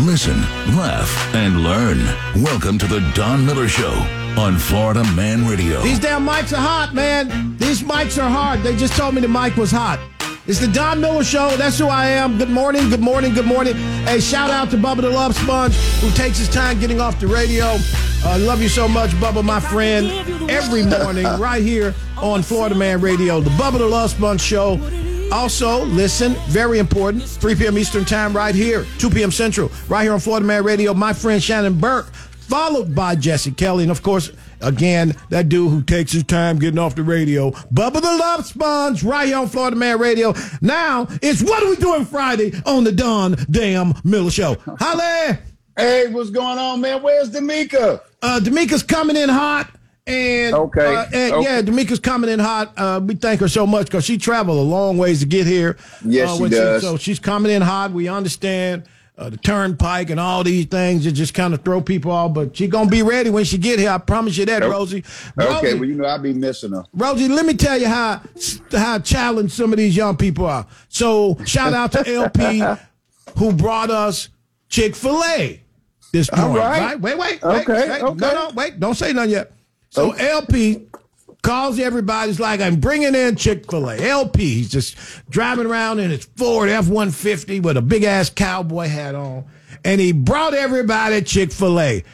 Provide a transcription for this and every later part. Listen, laugh, and learn. Welcome to the Don Miller Show on Florida Man Radio. These damn mics are hot, man. These mics are hard. They just told me the mic was hot. It's the Don Miller Show. That's who I am. Good morning, good morning, good morning. Hey, shout out to Bubba the Love Sponge, who takes his time getting off the radio. Uh, love you so much, Bubba, my friend. Every morning, right here on Florida Man Radio, the Bubba the Love Sponge Show. Also, listen, very important, 3 p.m. Eastern Time, right here, 2 p.m. Central, right here on Florida Man Radio. My friend Shannon Burke, followed by Jesse Kelly, and of course, Again, that dude who takes his time getting off the radio. Bubba the Love Sponge, right here on Florida Man Radio. Now, it's What Are We Doing Friday on the Don Damn Miller Show. Holly! Hey, what's going on, man? Where's D'Amica? Uh, D'Amica's coming in hot. And, Okay. uh, and, Okay. yeah, D'Amica's coming in hot. Uh, we thank her so much because she traveled a long ways to get here. Yes, uh, she when does. so she's coming in hot. We understand uh, the turnpike and all these things that just kind of throw people off. But she gonna be ready when she get here. I promise you that, Nope. Rosie. Okay, Rosie, well, you know I'll be missing her. Rosie, let me tell you how how challenged some of these young people are. So shout out to LP who brought us Chick Fil A this morning. right. right. Wait, wait, wait, Okay, wait. okay. No, no, wait. Don't say nothing yet. So LP calls everybody's like, I'm bringing in Chick Fil A. LP, he's just driving around in his Ford F one fifty with a big ass cowboy hat on, and he brought everybody Chick Fil A.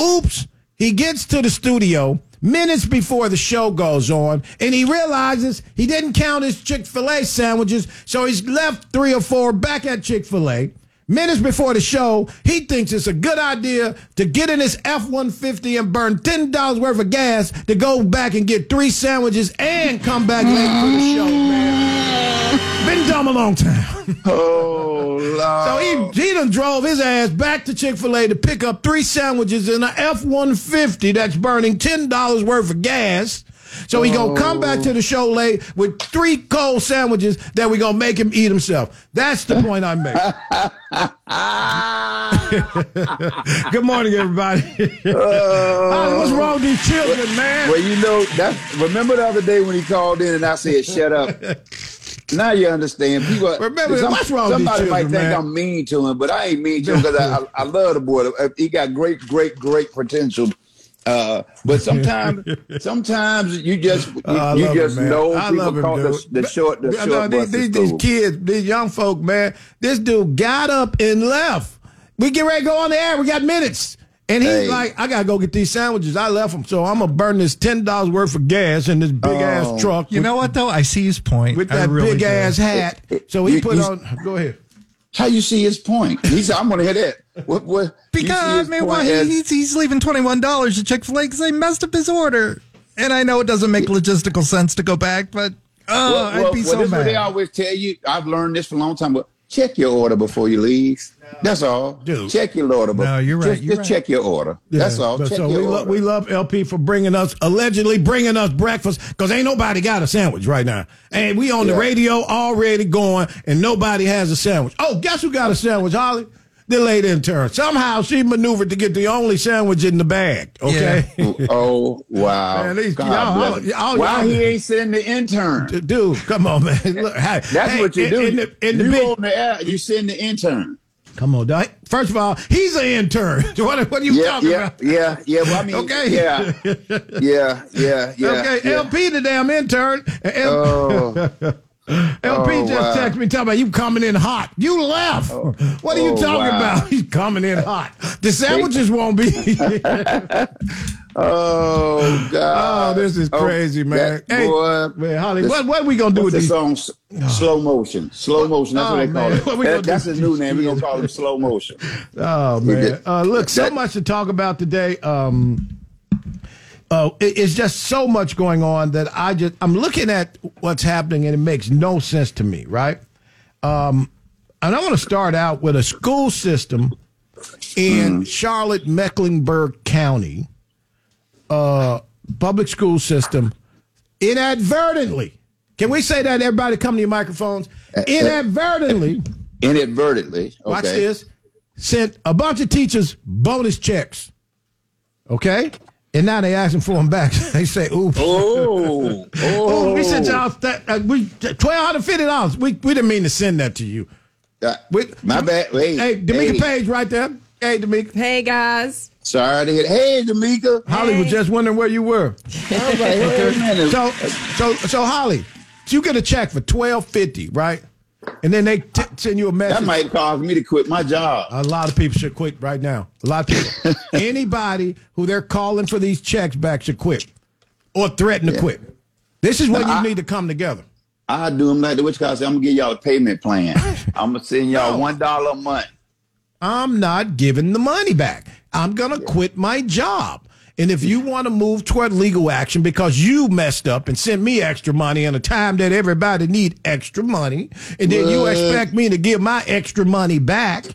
Oops, he gets to the studio minutes before the show goes on, and he realizes he didn't count his Chick Fil A sandwiches, so he's left three or four back at Chick Fil A. Minutes before the show, he thinks it's a good idea to get in his F 150 and burn $10 worth of gas to go back and get three sandwiches and come back late for the show, man. Been dumb a long time. Oh, So Lord. he, he done drove his ass back to Chick fil A to pick up three sandwiches in a F 150 that's burning $10 worth of gas. So he gonna come back to the show late with three cold sandwiches that we gonna make him eat himself. That's the point I'm making. Good morning, everybody. Holly, what's wrong with these children, man? Uh, well, you know that. Remember the other day when he called in and I said, "Shut up." now you understand. People. Remember, what's wrong with these Somebody might children, think man? I'm mean to him, but I ain't mean to him because I, I I love the boy. Uh, He got great, great, great potential. Uh, but sometimes, sometimes you just you, Oh, I you love just him, man. know I people love him, call the, dude. the short the No, short no, bus these, is these, these cool. kids, these young folk, man. This dude got up and left. We get ready to go on the air. We got minutes. And he's Hey. like, I gotta go get these sandwiches. I left them, so I'm gonna burn this ten dollars worth of gas in this big Oh. ass truck. You know what though? I see his point. with I that really big do. ass hat. So he You- put you- on. Go ahead. How you see his point? He said, "I'm going to hear that." What? What? you see Because his man, point why he, as- he's, he's leaving twenty one dollars to Chick Fil A because they messed up his order. And I know it doesn't make logistical sense to go back, but oh, well, well, I'd be well, so this What they mad. always tell you. I've learned this for a long time. But check your order before you leave. That's all. Dude. Check your order. bef- No, you're right, Just, you're just right. check your order. That's Yeah, all. but Check so your we, lo- order. we love LP for bringing us allegedly bringing us breakfast because ain't nobody got a sandwich right now, and we on the Yeah. radio already going, and nobody has a sandwich. Oh, guess who got a sandwich, Holly? The late intern. Somehow she maneuvered to get the only sandwich in the bag. Okay, oh wow! Man, these- God y'all- bless him. y'all- y'all- Why he ain't sending the intern? dude, come on, man. Look, hey, That's hey, what you in- do. In the, in the you big- on the air, you send the intern. come on, dog. First of all, he's an intern. what, what are you Yeah, talking yeah, about? yeah, yeah. Well, I mean, Okay. yeah, yeah, yeah, yeah. okay, yeah. LP the damn intern. And L- Oh. LP Oh, just wow. texted me talking about you coming in hot. You left. what are you oh, talking wow. about? He's coming in hot. The sandwiches won't be. Oh oh, God! this is Oh, crazy, man. that Hey, boy, man, Holly, this- what what we gonna do with What's the these? song? S- Slow motion. Slow motion. That's oh, what they call man. it. What we That- gonna do that's with his new these name. We're kids? gonna call him slow motion. Oh man, did. uh, look, so That- much to talk about today. Um, uh, it- it's just so much going on that I just I'm looking at what's happening and it makes no sense to me, right? Um, and I want to start out with a school system Mm-hmm. in Charlotte Mecklenburg County, uh, public school system, inadvertently. Can we say that? Everybody, come to your microphones. Uh, Inadvertently Inadvertently. Okay. watch this, sent a bunch of teachers bonus checks. Okay? And now they asking for them back. they say, oops. Oh, oh. Ooh, we sent y'all th- uh, we twelve hundred fifty dollars. We we didn't mean to send that to you. Uh, We- my bad. Hey, Hey, D'Amica hey, Page right there. Hey, D'Amica. Hey guys. Sorry to get. Hey, D'Amica. Holly was just wondering where you I were. was like, wait a minute. So, so, so Holly, you get a check for twelve fifty, right? And then they t- send you a message. that might cause me to quit my job. A lot of people should quit right now. A lot of people. Anybody who they're calling for these checks back should quit or threaten to quit. This is when you I- need to come together. I do them like the witch cops. I'm gonna give y'all a payment plan. I'm gonna send y'all one dollar a month. I'm not giving the money back. I'm going to quit my job. And if you want to move toward legal action because you messed up and sent me extra money in a time that everybody need extra money, and then you What? expect me to give my extra money back,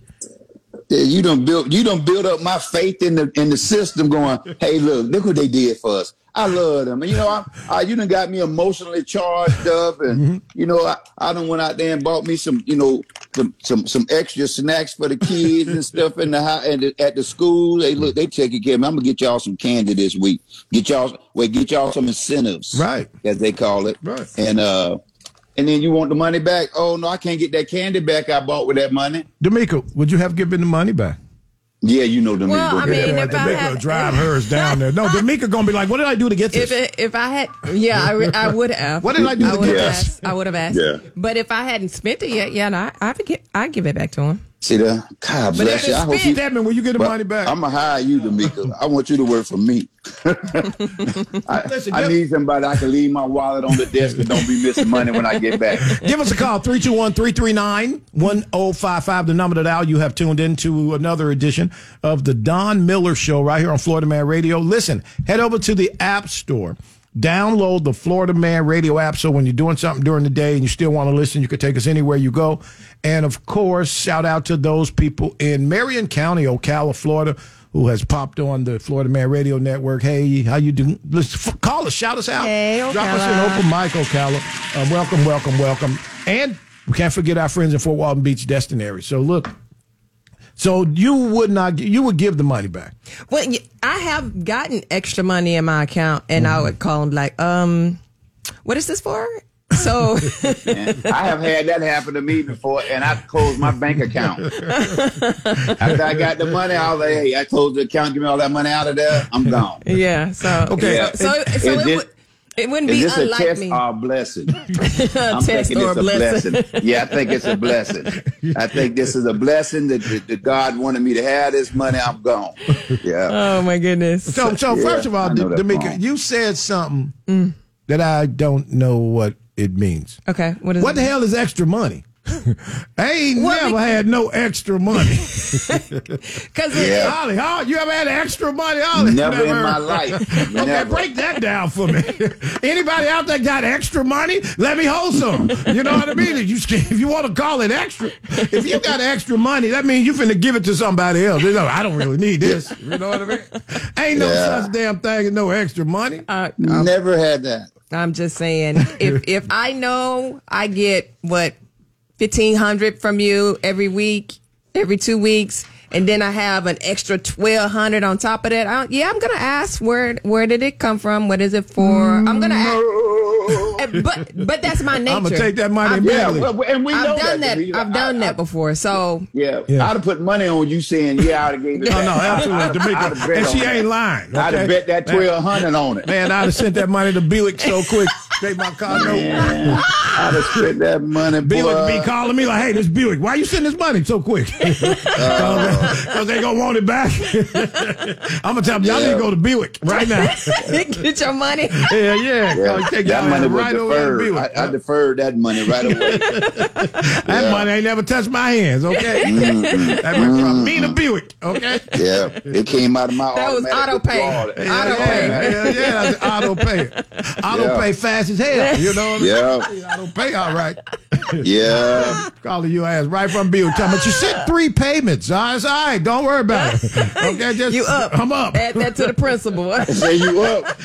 Yeah, you don't build you don't build up my faith in the in the system going hey look look what they did for us i love them and you know i, I you done got me emotionally charged up and Mm-hmm. you know i i done went out there and bought me some you know some some, some extra snacks for the kids and stuff in the high and the, at the school they look they take it care of me. i'm gonna get y'all some candy this week get y'all wait get y'all some incentives Right. as they call it Right. and uh and then you want the money back oh no i can't get that candy back i bought with that money D'Amico, would you have given the money back? yeah, you know them. people. Well, I mean, Yeah, if I D'Amico had- drive hers down there. No, D'Amico going to be like, what did I do to get this? If it, if I had, yeah, I, re- I would have. What did I do to would get have this? asked. I would have asked. Yeah. But if I hadn't spent it yet, yeah, no, I, I would get, I give it back to him. See there? God But bless that you. I is hope fit. you. Stedman, will you get the money back? I'm gonna hire you, D'Amico. I want you to work for me. I, Listen, I give- need somebody I can leave my wallet on the desk and don't be missing money when I get back. Give us a call, 321 339 1055, the number that Al you have tuned into another edition of the Don Miller Show right here on Florida Man Radio. Listen, head over to the App Store, download the Florida Man Radio app so when you're doing something during the day and you still want to listen, you can take us anywhere you go. And of course, shout out to those people in Marion County, Ocala, Florida. Who has popped on the Florida Man Radio Network? Hey, how you doing? Let's f- call us, shout us out. Hey, Drop us an Ocala. open Michael Ocala. Uh, welcome, welcome, welcome. And we can't forget our friends in Fort Walton Beach, Destin area. So look, so you would not, you would give the money back. Well, y- I have gotten extra money in my account, and I would call him like, um, what is this for? So And I have had that happen to me before, and I closed my bank account. After I got the money, I was like, "Hey, I closed the account. Give me all that money out of there. I'm gone." yeah, so Okay. Yeah. so so, so Is it this- would. It wouldn't Is be this a unlike test me. or a blessing? I'm test thinking or it's a a blessing. blessing. Yeah, I think it's a blessing. I think this is a blessing that, that, that God wanted me to have this money. I'm gone. Yeah. Oh my goodness. So, so Yeah, first of all, I know that's D'Amica, wrong. you said something that I don't know what it means. Okay, what is What the it? hell is extra money? I ain't Well, never be- had no extra money. Because Yeah. Holly, oh, you ever had extra money? Holly, Never in my life. Okay, Never. break that down for me. Anybody out there got extra money? Let me hold some. You know what I mean? If you, if you want to call it extra, if you got extra money, that means you finna give it to somebody else. You know, I don't really need this. You know what I mean? Ain't no Yeah. such damn thing as no extra money. Never had that. Uh, I'm just saying, if if I know I get what fifteen hundred from you every week, every two weeks, and then I have an extra twelve hundred on top of that, I, yeah, I'm gonna ask where where did it come from? What is it for? I'm gonna ask, but but that's my nature. I'ma take that money I've, and Yeah, Really? well, and we know I've done that. Danita. I've done I- I- that before. So yeah, Yeah. I'd have put money on you saying, "Yeah, I'd have gave it." No, back. no, I'd absolutely. have D'Amica. bet And on she that. ain't lying. I'd have okay? bet that twelve hundred on it. Man, I'd have sent that money to Buick so quick. Take my car note. Man, I'd have spent that money. Buick boy. be calling me like, "Hey, this Buick, why you sending this money so quick? Uh, Because they gonna want it back." I'm gonna tell them y'all need Yeah. to go to Buick right now. get your money. yeah, yeah. Yeah, Go take that y'all money was right over to deferred. Buick. I, I deferred that money right away. that yeah. money ain't never touched my hands. Okay, Mm-hmm. that went from me to Buick. Okay. Yeah, it came out of my. That was automatic auto pay. withdrawal. Auto yeah, pay. Yeah, yeah, yeah, that's auto pay. Auto Yeah. pay fast as hell. You know what I mean? Yeah, Auto pay, all right. yeah. Calling your ass right from Buick. Time, but you sent three payments. All right, it's all right. Don't worry about it. Okay, just You up? I'm up. Add that to the principal. Say you up.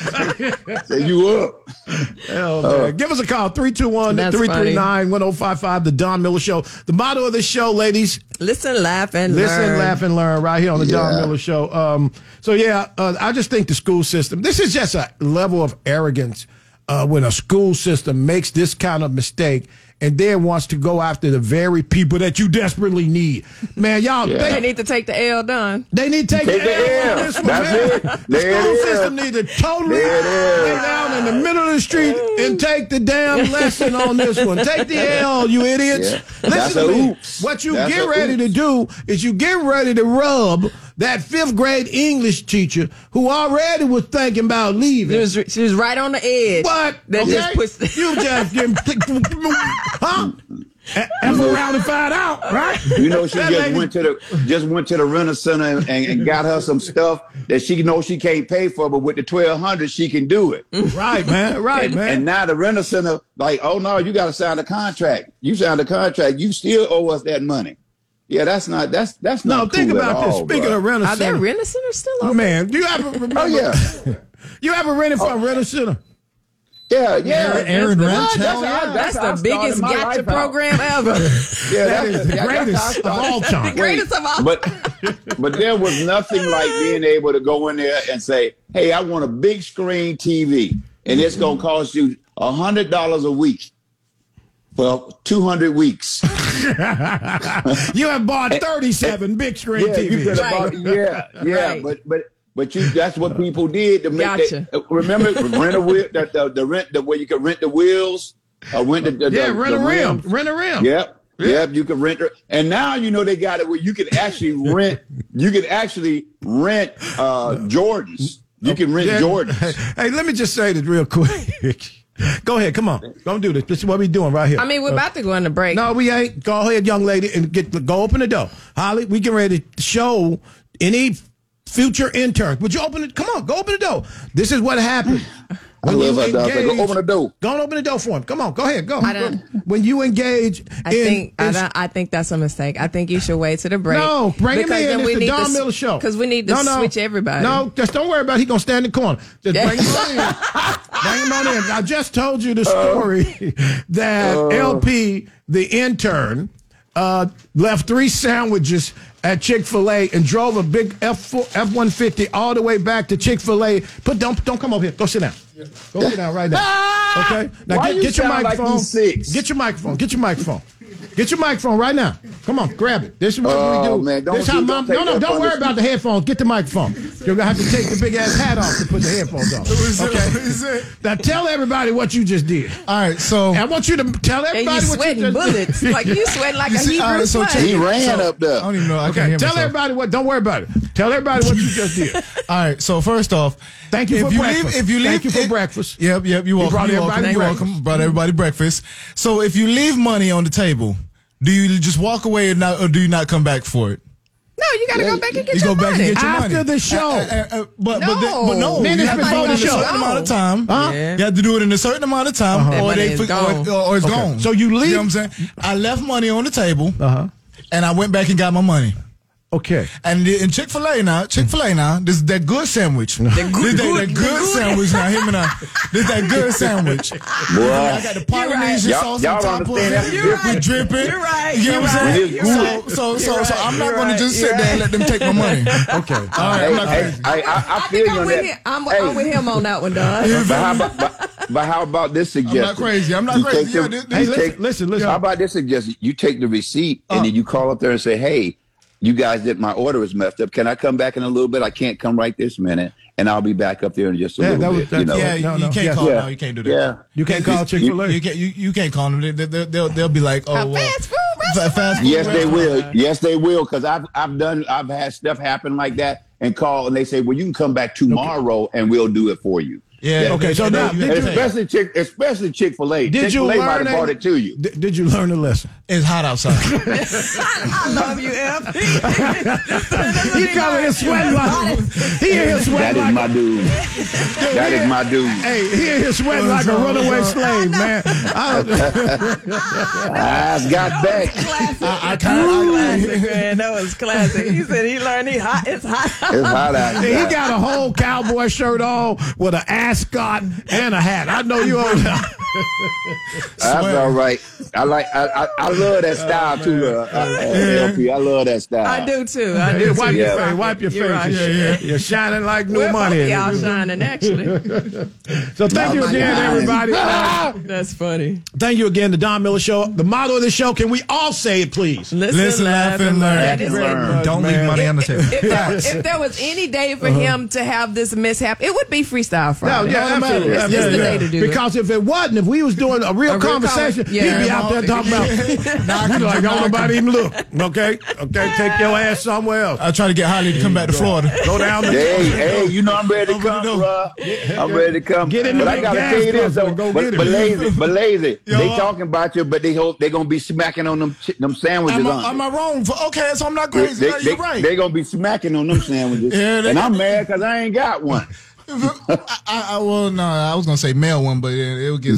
Say you up. Uh, Hell, man. Give us a call, 321 339 1055, The Don Miller Show. The motto of this show, ladies, Listen, laugh, and listen, learn. laugh, and learn right here on The Don Yeah. Miller Show. Um, so, yeah, uh, I just think the school system, this is just a level of arrogance uh, when a school system makes this kind of mistake and then wants to go after the very people that you desperately need. Man, y'all, Yeah. They they, need to take the L done. they need to take, Take the L on the L. this one, That's man. it. The There it school is. system needs to totally There it is. get down in the middle of the street and take the damn lesson on this one. Take the L, you idiots. Yeah. Listen That's to a me. oops. What you That's get a ready to oops. do is you get ready to rub that fifth grade English teacher who already was thinking about leaving. She was, she was right on the edge. What? That just puts. you just getting huh? A- F around and find out, right? You know, she That just lady- went to the just went to the Rena Center and, and, and got her some stuff that she knows she can't pay for, but with the twelve hundred, she can do it. right, man. Right, and, man. and now the Rena Center, like, oh no, you got to sign a contract. You signed a contract, you still owe us that money. Yeah, that's not that's that's no, not. think cool at about this. all, Speaking bruh. of rental Are there center, rent centers still open? man, do you ever remember? Oh yeah, You ever rented from a rental center? yeah, yeah. Aaron- Aaron That's- Rentz, hell how- yeah. That's, how I the started biggest my gotcha life out. program ever. Yeah, That is the yeah, that's how I greatest of started. all time. The greatest of all But but there was nothing like being able to go in there and say, "Hey, I want a big screen TV, and it's Mm-hmm. gonna cost you a hundred dollars a week for two hundred weeks." You have bought 37 big screen yeah, you could TVs. have bought, yeah, yeah, Right. but but but you that's what people did to make Gotcha. that. uh, Remember, rent a wheel, the, the, the rent the where you could rent the wheels, or rent the, the Yeah, the, rent the a rim. rims. Rent a rim. Yep. Yep, you can rent, and now you know they got it where you can actually rent. You can actually rent uh, Jordans. You can rent Yeah. Hey, Jordans. hey, let me just say this real quick. Go ahead, come on. Don't do this. This is what we doing right here. I mean, we're about to go on the break. No, we ain't. Go ahead, young lady, and get go open the door. Holly, we get ready to show any future intern. Would you open it? Come on, go open the door. This is what happened. I When love you her, dog. Go engage- open the door. Go and open the door for him. Come on, go ahead, go. I don't- when you engage, I in- think I, in- don't, I think that's a mistake. I think you should wait to the break. no, bring him in. It's the Don Miller show. Because we need to No, no. switch everybody. No, just don't worry about. it. He gonna stand in the corner. Just Yeah. bring him on in. bring him on in. I just told you the story that LP, the intern, uh, left three sandwiches at Chick Fil A and drove a big F F one fifty all the way back to Chick Fil A. But don't don't come over here. Go sit down. Go sit down right now. Okay. Now Ah! Why get, you get your sound like microphone. you six? Get your microphone. Get your microphone. Get your microphone right now. Come on, grab it. This is what Oh, we do. man, don't this how do- mom. don't take No, no, that don't from worry us. about the headphones. Get the microphone. You're gonna have to take the big ass hat off to put the headphones on. Okay. Now tell everybody what you just did. All right, so I want you to tell And everybody you what you sweating just uh, bullets. did. like you sweating like You a see- Hebrew all right, so slave. check He ran up I there. don't even know. I can't Okay. hear Tell myself. everybody what. Don't worry about it. Tell everybody what you just did. All right. So first off, Thank you if for you breakfast. Leave, if you leave, Thank you for it- breakfast. Yep, yep. You're welcome. brought You're everybody welcome. You're breakfast. welcome. Brought everybody breakfast. So if you leave money on the table, do you just walk away or, not, or do you not come back for it? No, you got to Yeah, go back and get You go your back money. and get your After money. the show. uh, but, but, No. the, but no, Minutes you have to do before it in the a show. certain amount of time. Huh? Yeah. You have to do it in a certain amount of time, That or money they is for, gone. Or, or it's gone. So you leave- know what I'm saying I left money on the table, Uh-huh. and I went back and got my money. Okay. And the- and Chick Fil A now, Chick Fil A now, this that good sandwich, the good, this, that, that good- good, good. sandwich now, him and I, this that good sandwich. I got the Boy, Polynesian Y'all- sauce y'all on top of understand that's it. the You're difference. We drip it. You're right. You know You're what I'm saying? right. You're right. So so so, You're so right. I'm not You're going right. to just You're sit there and let them take my money. okay. All right. I'm hey, not hey, crazy. I, I, I, I feel think you I'm on with that. him. I'm, Hey, I'm with him on that one, Don. But how about but, but how about this suggestion? crazy. I'm not You crazy. take Yeah, the- this- you hey, listen, take- listen, listen. How about this suggestion? You take the receipt and Uh. then you call up there and say, "Hey, you guys did my order is messed up. Can I come back in a little bit? I can't come right this minute, and I'll be back up there in just a Yeah, little that was- bit." You know? that's- yeah, No, you no, can't yes. call. Yeah. No, you can't do that. Yeah. You can't call Chick Fil You A. can't. You, you can't call them. They, they, they'll, they'll they'll be like, oh, A well, fast food fa- restaurant. fast food Yes, they restaurant. will. Yes, they will. Because I've I've done I've had stuff happen like that and call and they say, "Well, you can come back tomorrow and we'll do it for you." Yeah. That- Okay, so And now, you did And have to pay. especially Chick, especially Chick Fil A. Did Chick you Fil A might learn? have brought a- it to you. Did, did you learn a lesson? it's hot outside. I love you, F. He coming here sweating like he in here That sweating is like my dude. That is my dude. hey he in here sweating like a runaway slave man. I don't, Eyes got back. Classic. I kind of. classic, man. That was classic. He said he learned he hot. It's hot. It's hot out. he got a whole cowboy shirt on with an ascot and a hat. I know you own that. That's all right. I like. I I, I love Oh, that style too. Uh, uh, LP. I love that style. I do too. I do. Yeah, too. wipe You're your right. face. Wipe your You're face. right. Yeah, yeah. You're shining like new We're money. both y'all shining, actually. So thank Oh, you my again, God. everybody. That's funny. Thank you again, the Don Miller Show. The motto of the show, can we all say it, please? Listen, Listen, laugh, and learn. That is Learn. it. Don't leave Man. money on the table. If there, if there was any day for him to have this mishap, it would be Freestyle Uh-huh. No, Friday. yeah, absolutely. It's, it's Yeah, the yeah. day to do Because if it wasn't, if we was doing a real A real conversation, con- yeah. he'd be out there talking about, Knock We'd like, don't him, knock nobody even look. Okay? Okay, take your ass somewhere else. I try to get Holly to come back to Florida. Go down the Hey, hey, you know I'm ready to come, bro. I'm ready to come. Get in the but I big gotta gas tell you this truck, though, bro. Go but, get it. but lazy, but lazy. they I- talking about you, but they hope they gonna be smacking on them chi- them sandwiches Am on. I, am you. I wrong? For, okay, so I'm not crazy. They, No, they, you're right. they gonna be smacking on them sandwiches, Yeah, they- and I'm mad because I ain't got one. I, I, well, no, I was gonna say mail one, but it, it would get.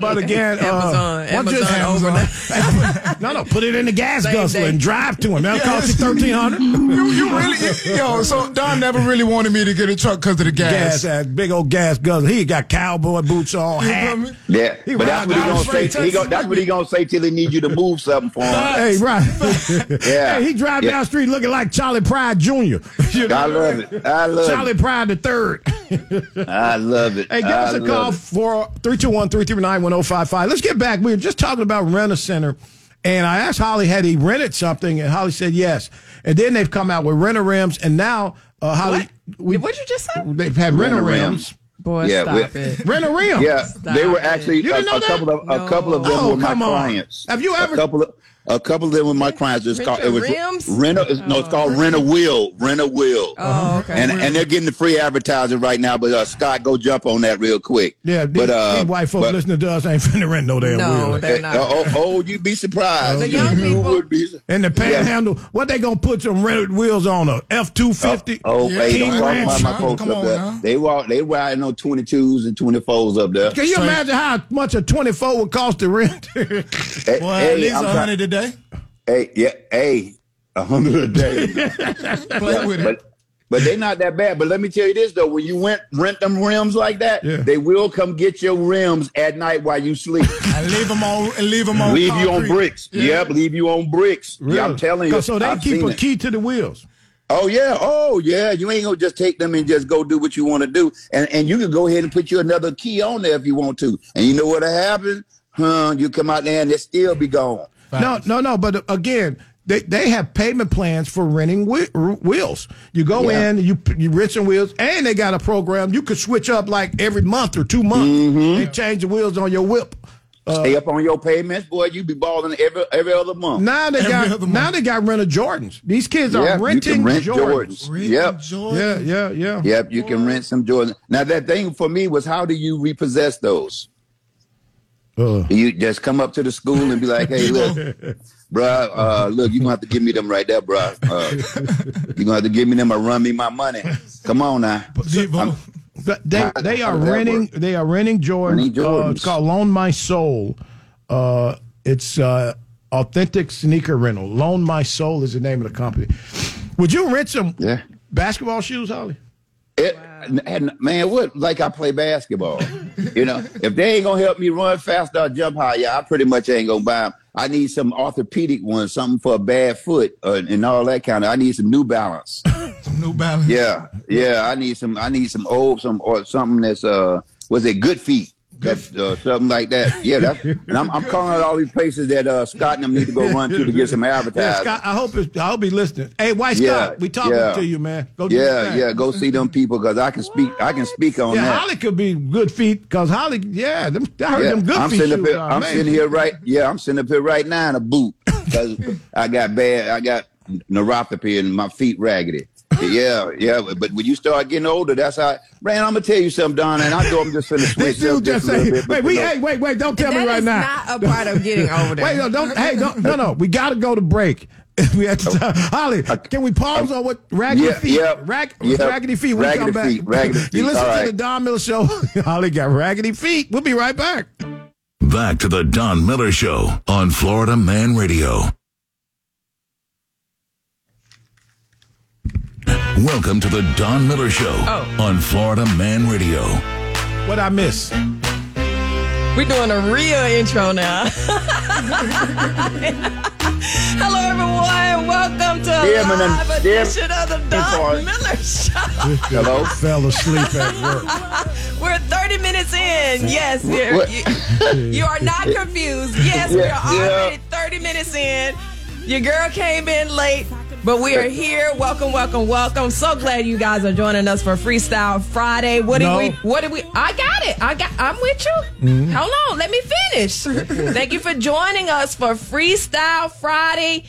But again, uh, Amazon, once you- Amazon no, no, put it in the gas Same guzzler day. and drive to him. That'll cost you Yes. thirteen hundred. you, you really, yo. So Don never really wanted me to get a truck because of the gas. Gas, ass, big old gas guzzler. He got cowboy boots on, You feel hat. me? Yeah, He but that's ride what he down gonna say. straight He gonna, that's what he gonna say till he need you to move something for him. Hey, right. Yeah. Hey, he drive Yeah. down the street looking like Charlie Pride Jr. You know? I love it. I love Charlie it. Pride the third. I love it. Hey, give I us a love call it. for 321-339-1055. Let's get back. We were just talking about rent a center. And I asked Holly, had he rented something? And Holly said yes. And then they've come out with renter rims. And now, uh, Holly, What? What'd you just say? They've had renter rims. Boy, Yeah, stop we- it. Renter rims. Yeah, Stop they were it. actually You a, didn't know a that? couple of No. a couple of them Oh, were my come on. clients. Have you ever- a couple of a couple of them were my clients? It's Rent called your it was rims? rent a, no, it's called rent a will, rent a will. Oh, okay. And and they're getting the free advertising right now. But uh, Scott, go jump on that real quick. Yeah, these, but uh, these white folks but- listening to us ain't finna rent no damn No, wheel. they're uh, not. oh, oh, you'd be surprised. The young you people- would be. su- And the Yeah. panhandle, what they gonna put some rented wheels on a F two fifty? Oh, hey, don't King talk Ranch, about my huh? folks Come up on there. now. They walk, they riding on twenty twos and twenty fours up there. Can you imagine how much a twenty four would cost to rent? Hey, Well, hey, at least I'm a try- hundred today. Hey, yeah, hey, a hundred a day. Play with it. but but they not that bad. But let me tell you this though, when you went rent them rims like that, Yeah. they will come get your rims at night while you sleep. And leave them on. And leave them on. leave you on concrete. bricks. Yep, leave you on bricks. Yeah, I'm telling you. So they I've keep seen a it. key to the wheels. Oh yeah, oh yeah. You ain't gonna just take them and just go do what you want to do, and and you can go ahead and put you another key on there if you want to. And you know what happens? Huh? You come out there and they still be gone. No, no, no. But uh, again, they, they have payment plans for renting whe- r- wheels. You go Yeah. in, you you rent some wheels, and they got a program you could switch up like every month or two months Mm-hmm. and change the wheels on your whip. Uh, Stay up on your payments, boy. You be balling every every other month. Now they Every got other now month. they got rental Jordans. These kids Yeah, are you renting can rent Jordans. Jordans. Rick Yep. Jordan. Yeah, yeah, yeah. Yep, you can rent some Jordans. Now that thing for me was how do you repossess those? Uh. You just come up to the school and be like, "Hey, look, bruh, uh, look, you gonna have to give me them right there, bruh. Uh, you gonna have to give me them or run me my money. Come on now." Devo. But they they how are does that renting work? they are renting Jordans. Renting Uh, it's Jordans. called Loan My Soul. Uh, it's uh, authentic sneaker rental. Loan My Soul is the name of the company. Would you rent some Yeah. basketball shoes, Holly? It, and man, what like I play basketball? you know, if they ain't gonna help me run faster or jump higher, I pretty much ain't gonna buy them. I need some orthopedic ones, something for a bad foot uh, and all that kind of. I need some New Balance. Some New Balance. Yeah, yeah. I need some. I need some old some or something that's uh was it good feet. That's, uh, something like that. Yeah, that's, and I'm, I'm calling out all these places that uh, Scott and them need to go run to to get some Yeah, advertising. Scott. I hope it's, I hope he's listening. Hey, White Yeah, Scott, we talking yeah. to you, man. Go do your yeah, thing. yeah. Go see them people because I can speak. I can speak on Yeah, that. Holly could be good feet because Holly, yeah, them, I heard Yeah, them good uh, I'm feet sitting up shoes here. are I'm amazing. sitting here right. Yeah, I'm sitting up here right now in a boot because I got bad. I got neuropathy and my feet raggedy. Yeah, yeah. But, but when you start getting older, that's how. Man, I'm gonna tell you something, Donna, and I know I'm just gonna This switch up dude just just a little saying, bit. but wait, you we, know- hey, wait, wait, don't tell That me right is now. not a part of getting over that. Wait, no, don't. Hey, don't, no, no. We got to go to break. we have to. Holly, can we pause on what raggedy Yeah, feet? yeah, rag, yeah. raggedy feet. We Raggedy come back. feet, raggedy you feet, listen all to the right. Don Miller Show. Holly got raggedy feet. We'll be right back. Back to the Don Miller Show on Florida Man Radio. Welcome to the Don Miller Show Oh. on Florida Man Radio. What I miss? We're doing a real intro now. Hello, everyone. Welcome to a Yeah, man, live I'm- yeah. edition of the It's Don hard. Miller Show. Hello? Fell asleep at work. We're 30 minutes in. Yes, you're- What? you, you are not confused. Yes, Yeah, we're yeah. already 30 minutes in. Your girl came in late, but we are here. Welcome, welcome, welcome. So glad you guys are joining us for Freestyle Friday. What did No. Mm-hmm. we what did we I got it. I got I'm with you. Hold on, let me finish. Thank you for joining us for Freestyle Friday.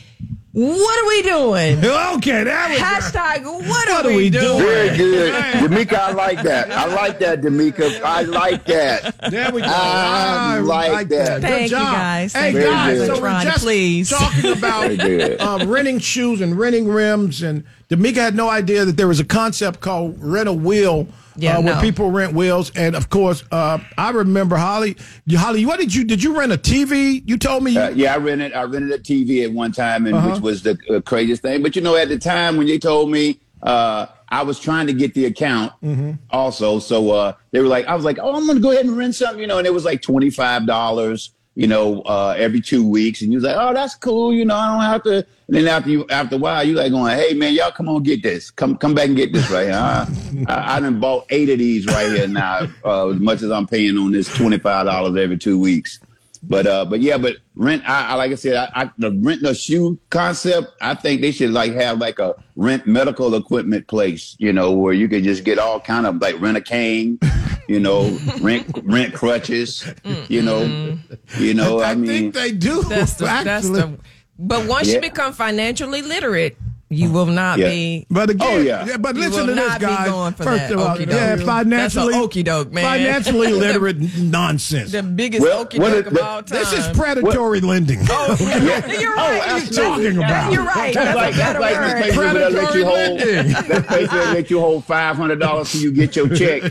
What are we doing? Okay, that was. Hashtag what, What are, we, doing? Very good. D'Amica, I like that. I like that, D'Amica. I like that. There we go. I like that. Good Thank you, job. guys. Hey, Thank you guys, guys so for we're trying, just please. talking Very about good. uh, renting shoes and renting rims. And D'Amica had no idea that there was a concept called rent a wheel. Yeah, uh, where no. people rent wheels, and of course, uh, I remember Holly. you- Holly, what did you did you rent a TV? You told me you, Uh-huh. Uh, yeah, I rented. I rented a TV at one time, and which was the uh, craziest thing. But you know, at the time when they told me, uh, I was trying to get the account Mm-hmm. also. So uh, they were like, I was like, oh, I'm going to go ahead and rent something, you know. And it was like twenty five dollars, you know, uh, every two weeks. And you was like, oh, that's cool, you know. I don't have to. And then after you, after a while, you like going, hey man, y'all come on get this. Come come back and get this right here. I, I, I done bought eight of these right here now. Uh, as much as I'm paying on this twenty five dollars every two weeks. But uh, but yeah, but rent. I, I like I said, I, I the rent a shoe concept. I think they should like have like a rent medical equipment place, you know, where you could just get all kind of like rent a cane, you know, rent rent crutches, you know, you know. I, I, mean, think they do. Mm-hmm. That's the, actually. that's the. But once you Yeah. become financially literate, you will not Yeah. be. But again, Oh, yeah. yeah, but You listen to will this, not be guys. going for First that of all, okey-doke. yeah, That's a financially, okey-doke, man. Financially literate nonsense. The biggest Well, okey what doke it- of all time. This is predatory lending. Oh, you're right. Oh, You're absolutely. talking about? You're right. That's That's like a that's better like the place word. where they let you hold. lending. That place where they let you hold five hundred dollars till you get your check.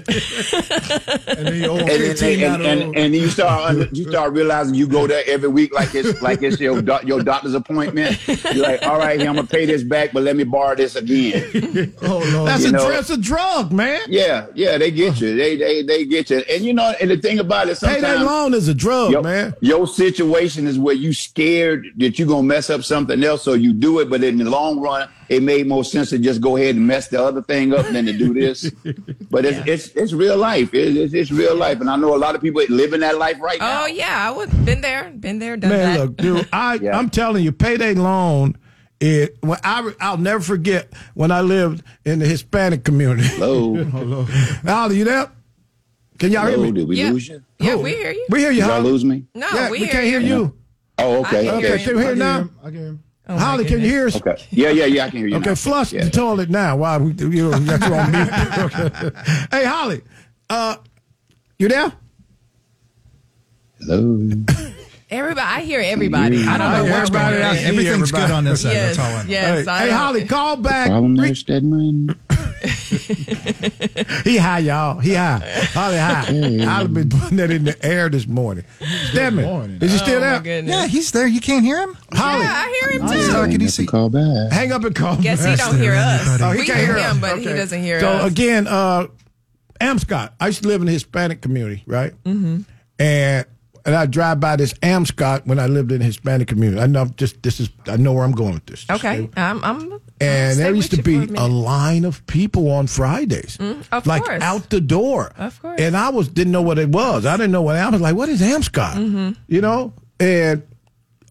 And then you owe and then they, 15 out and, of and, and you start under, you start realizing you go there every week like it's like it's your doc, your doctor's appointment. You're like, all right, here, I'm gonna pay this back, but let me borrow this again. That's You a know- that's a drug, man. Yeah, yeah, they get you. They they they get you. And you know, and the thing about it, sometimes Payday loan is a drug, your, man. your situation is where you scared that you're gonna mess up something else, so you do it. But in the long run, it made more sense to just go ahead and mess the other thing up than to do this. But it's it's, it's real life. It, it's, it's real life, and I know a lot of people living that life right now. Oh yeah, I would been there, been there, done Man, that. look, dude, I Yeah. I'm telling you, payday loan. It when I I'll never forget when I lived in the Hispanic community. Hello. Al, you there? Can y'all hear Hello, me? did we yeah, lose you? yeah, we hear you. Oh, We hear you, Did I Holly. lose me? no, yeah, we, we, hear can't you. hear you. Oh, okay. I can Okay. Okay, can you hear now? I get him. Oh, my Holly, can you goodness. hear us? Okay. Yeah, yeah, yeah. I can hear you. Okay, now. flush Yeah. the toilet now. Why we you know, got you on mute? hey, Holly, uh, you there? Hello. Everybody, I hear everybody. I don't I know hear where we're everybody. at. I see Everything's everybody. good on this side. Yes, That's all I know. yes. hey, I hey, don't- Holly, call back. Problem Re- there, Stedman. He high, y'all. He high. Holly high. Holly been putting that in the air this morning. Stedman, morning. is you Oh still my there? goodness. Yeah, he's there. You can't hear him? Holly, Yeah, I hear him He's too. not- Can you see? Call back. hang up and call. Guess he back. don't hear us. Oh, he we can't hear hear us. him, but he Okay. doesn't hear so us. again, uh, Amscot. I used to live in the Hispanic community, right? Mm-hmm. And and I drive by this Amscot when I lived in the Hispanic community. I know just this is I know where I'm going with this. Okay, I'm. I'm And stay there used with to you be for a a, minute. Mm, line of people on Fridays, of like course. out the door. Of course. And I was didn't know what it was. I didn't know what I was like. What is Amscot? Mm-hmm. You know, and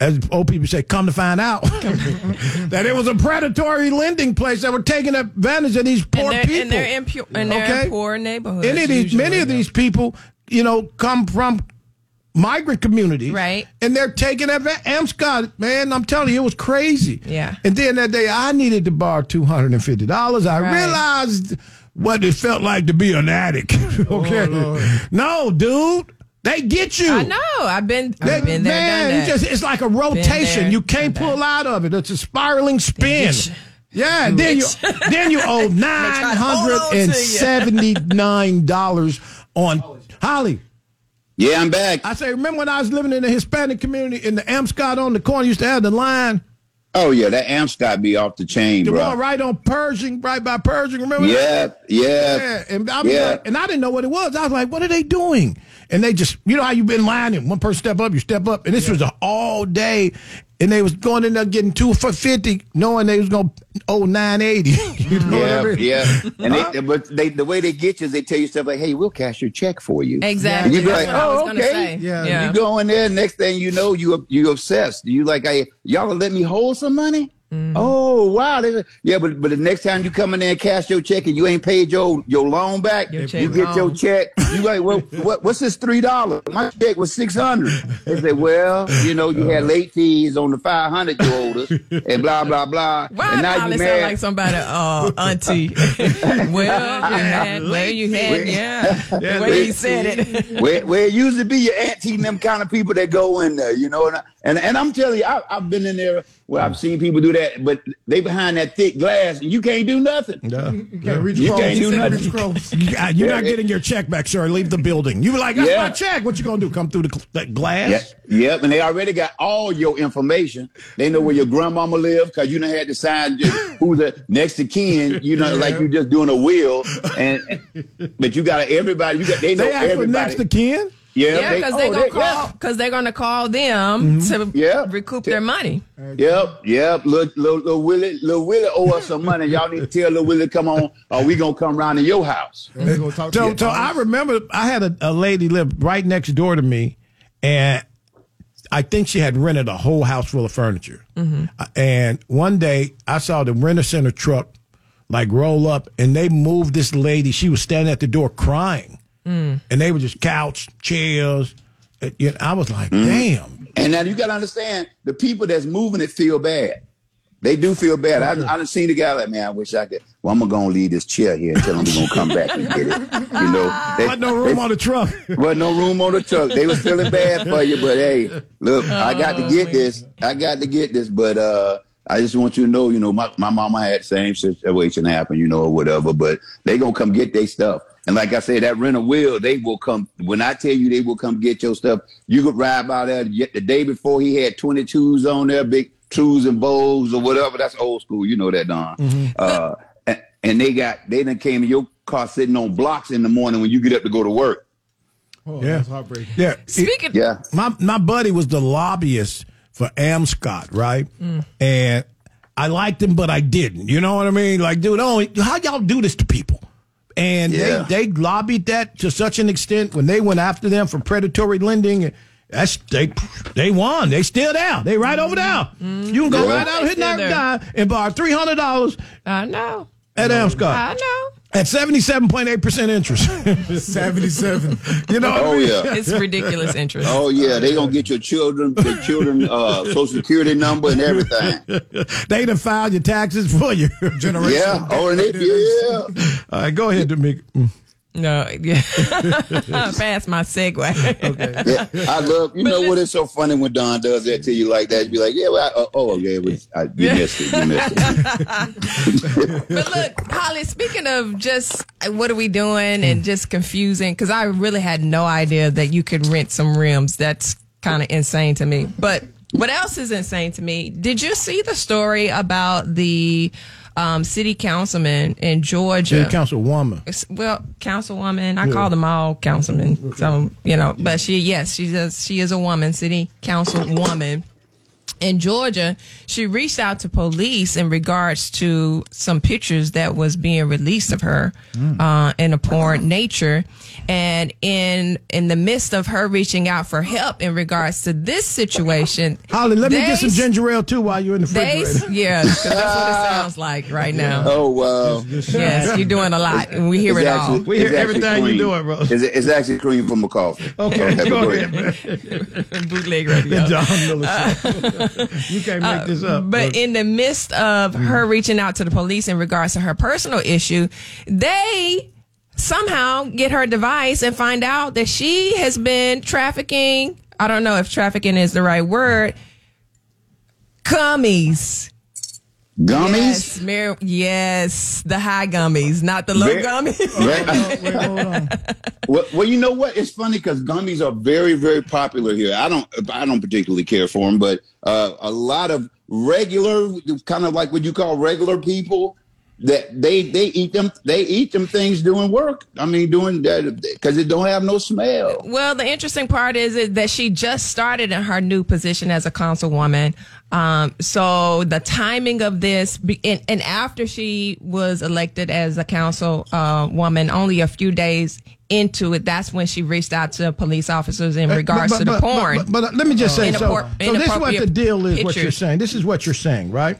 as old people say, come to find out that it was a predatory lending place that were taking advantage of these poor and they're, people. And they're in, pu- and they're Okay? in poor neighborhoods. Any of these, many of these people, you know, come from migrant communities, Right. And they're taking advantage. Amscot, man, I'm telling you, it was crazy. Yeah. And then that day, I needed to borrow two hundred and fifty dollars. I Right. realized what it felt like to be an addict. Oh, okay, no, dude, they get you. I know. I've been. They- I've been there, man, done that. you just it's like a rotation. there, you can't done pull out of it. It's a spiraling spin. get you. Yeah, and then you then you owe nine to hold hundred on to you. and seventy nine dollars on Holly. Yeah, I'm back. I say, remember when I was living in the Hispanic community in the Amscot on the corner, used to have the line. Oh yeah, that amp's got to be off the chain, The bro. one right on Pershing, right by Pershing. Remember that? Yeah, yeah, Yeah, and I Yeah. and I didn't know what it was. I was like, "What are they doing?" And they just, you know, how you been lying, and one person step up, you step up, and this was a all day, and they was going in there getting two for fifty, knowing they was going to owe nine eighty. you know what I yeah, mean? yeah. And they, but they, the way they get you is they tell you stuff like, "Hey, we'll cash your check for you." Exactly. And you be That's like, what I was "Oh, gonna okay." say. Yeah. Yeah. You go in there, next thing you know, you you obsessed. You like, I y'all gonna let me hold some money? Mm-hmm. Oh wow, They- yeah. But but the next time you come in there and cash your check and you ain't paid your your loan back, Your check you get your gone. check. You like, well, what what's this three dollars? My check was six hundred. They say, well, you know, you Uh. had late fees on the five hundred you owed us, and blah blah blah. Why and I now you probably sound like mad. somebody, uh, auntie? well, you had, well, you had, yeah. The way you said it. where, where it usually be your auntie and them kind of people that go in there, you know. And I, and, and I'm telling you, I, I've been in there where I've seen people do that, but they behind that thick glass and you can't do nothing. You can't reach You across. can't do can't nothing. reach across. You- uh, You're not Yeah. getting your check back, sir. Leave the building. You were like, "That's Yeah. my check." What you gonna do? Come through the, cl- the glass? Yep, yep, and they already got all your information. They know where your grandmama live because you done had to sign just who the next to kin. You know, like you just doing a will, and but you got everybody. You got they know They asked for everybody. next to kin. yeah, Yeah, because they, oh, gonna yeah. Mm-hmm. call because they're gonna call them to Yeah. recoup their money. Yep, yep. Little, little, little Willie, little Willie owe us some money. Y'all need to tell little Willie come on, or we gonna come round to your house. They gonna talk to So, you. so I remember I had a, a lady live right next door to me, and I think she had rented a whole house full of furniture. Uh, And one day I saw the renter center truck like roll up, and they moved this lady. She was standing at the door crying, Hmm. and they were just couch chairs. And you know, I was like, Mm. damn. And now you gotta understand the people that's moving it feel bad. They do feel bad. I, I done seen the guy like, man, I wish I could. Well, I'm gonna go and leave this chair here and tell them we gonna come back and get it. You know, they, I had no room on the truck. Wasn't no room on the truck. They was feeling bad for you, but hey, look, I got to get this. I got to get this, but uh, I just want you to know, you know, my, my mama had the same situation happen, you know, or whatever. But they gonna come get their stuff, and like I said, that renter will. They will come when I tell you they will come get your stuff. You could ride by there yet the day before he had twenty twos on there, big twos and bows or whatever. That's old school, you know that, Don. Uh, and, and they got they done came in your car sitting on blocks in the morning when you get up to go to work. Oh, Yeah. that's heartbreaking. yeah. Speaking, Yeah. my my buddy was the lobbyist for Amscot, right? Mm. And I liked him, but I didn't. You know what I mean? Like, dude, oh, how y'all do this to people? And Yeah. they they lobbied that to such an extent when they went after them for predatory lending. That's they they won. They still there. They right over there. You can go Yeah. right out hitting Mm-hmm. that Still there. guy and borrow three hundred dollars I Oh. know, at I Amscot know, at seventy seven point eight percent interest. Seventy-seven. you know? what I Oh mean? yeah. it's ridiculous interest. Oh yeah, they gonna get your children, the children, uh, social security number and everything. They done filed your taxes for you. Generation. Yeah. Oh, and they, yeah. All right, go ahead, D'Amico. No, yeah, pass my segue. yeah. I love. You know what? It's so funny when Don does that to you like that. You be like, yeah, well, I, oh, oh, yeah, it was, I, you missed it. You missed it. but look, Holly, speaking of just uh, what are we doing and just confusing, because I really had no idea that you could rent some rims. That's kind of insane to me. But what else is insane to me? Did you see the story about the um, city councilman in Georgia? Councilwoman. It's- well, councilwoman. I call them all councilmen. So you know, but she yes, she does. She is a woman, city councilwoman in Georgia. She reached out to police in regards to some pictures that was being released of her Mm. uh, in abhorrent nature, and in in the midst of her reaching out for help in regards to this situation, Holly, let me they- get some ginger ale too while you're in the They, refrigerator. yeah, 'cause that's what it sounds like right now. Oh wow. Yes, you're doing a lot, and we hear it all. we hear everything you doing, bro. It's, it's actually cream from a coffee. Okay, go but- ahead, man. bootleg radio. John Miller Uh, Show. you can't Uh, make this up. Mm-hmm. But in the midst of her reaching out to the police in regards to her personal issue, they somehow get her device and find out that she has been trafficking. I don't know if trafficking is the right word. Gummies. Gummies. Yes, Mar- yes, the high gummies, not the low Very- gummies. Right? Wait, hold on. well, well, you know what? It's funny because gummies are very, very popular here. I don't, I don't particularly care for them, but uh, a lot of regular, kind of like what you call regular people, that they they eat them they eat them things doing work. I mean, doing that because it don't have no smell. Well, the interesting part is, is that she just started in her new position as a councilwoman. Um, so the timing of this, be- and, and after she was elected as a council uh, woman, only a few days into it, that's when she reached out to police officers in regards to the porn. Eh, But, but, uh, let me just say, so, Inappropri- so this is what the inappropriate deal is. What you're pictures. saying. This is what you're saying, right?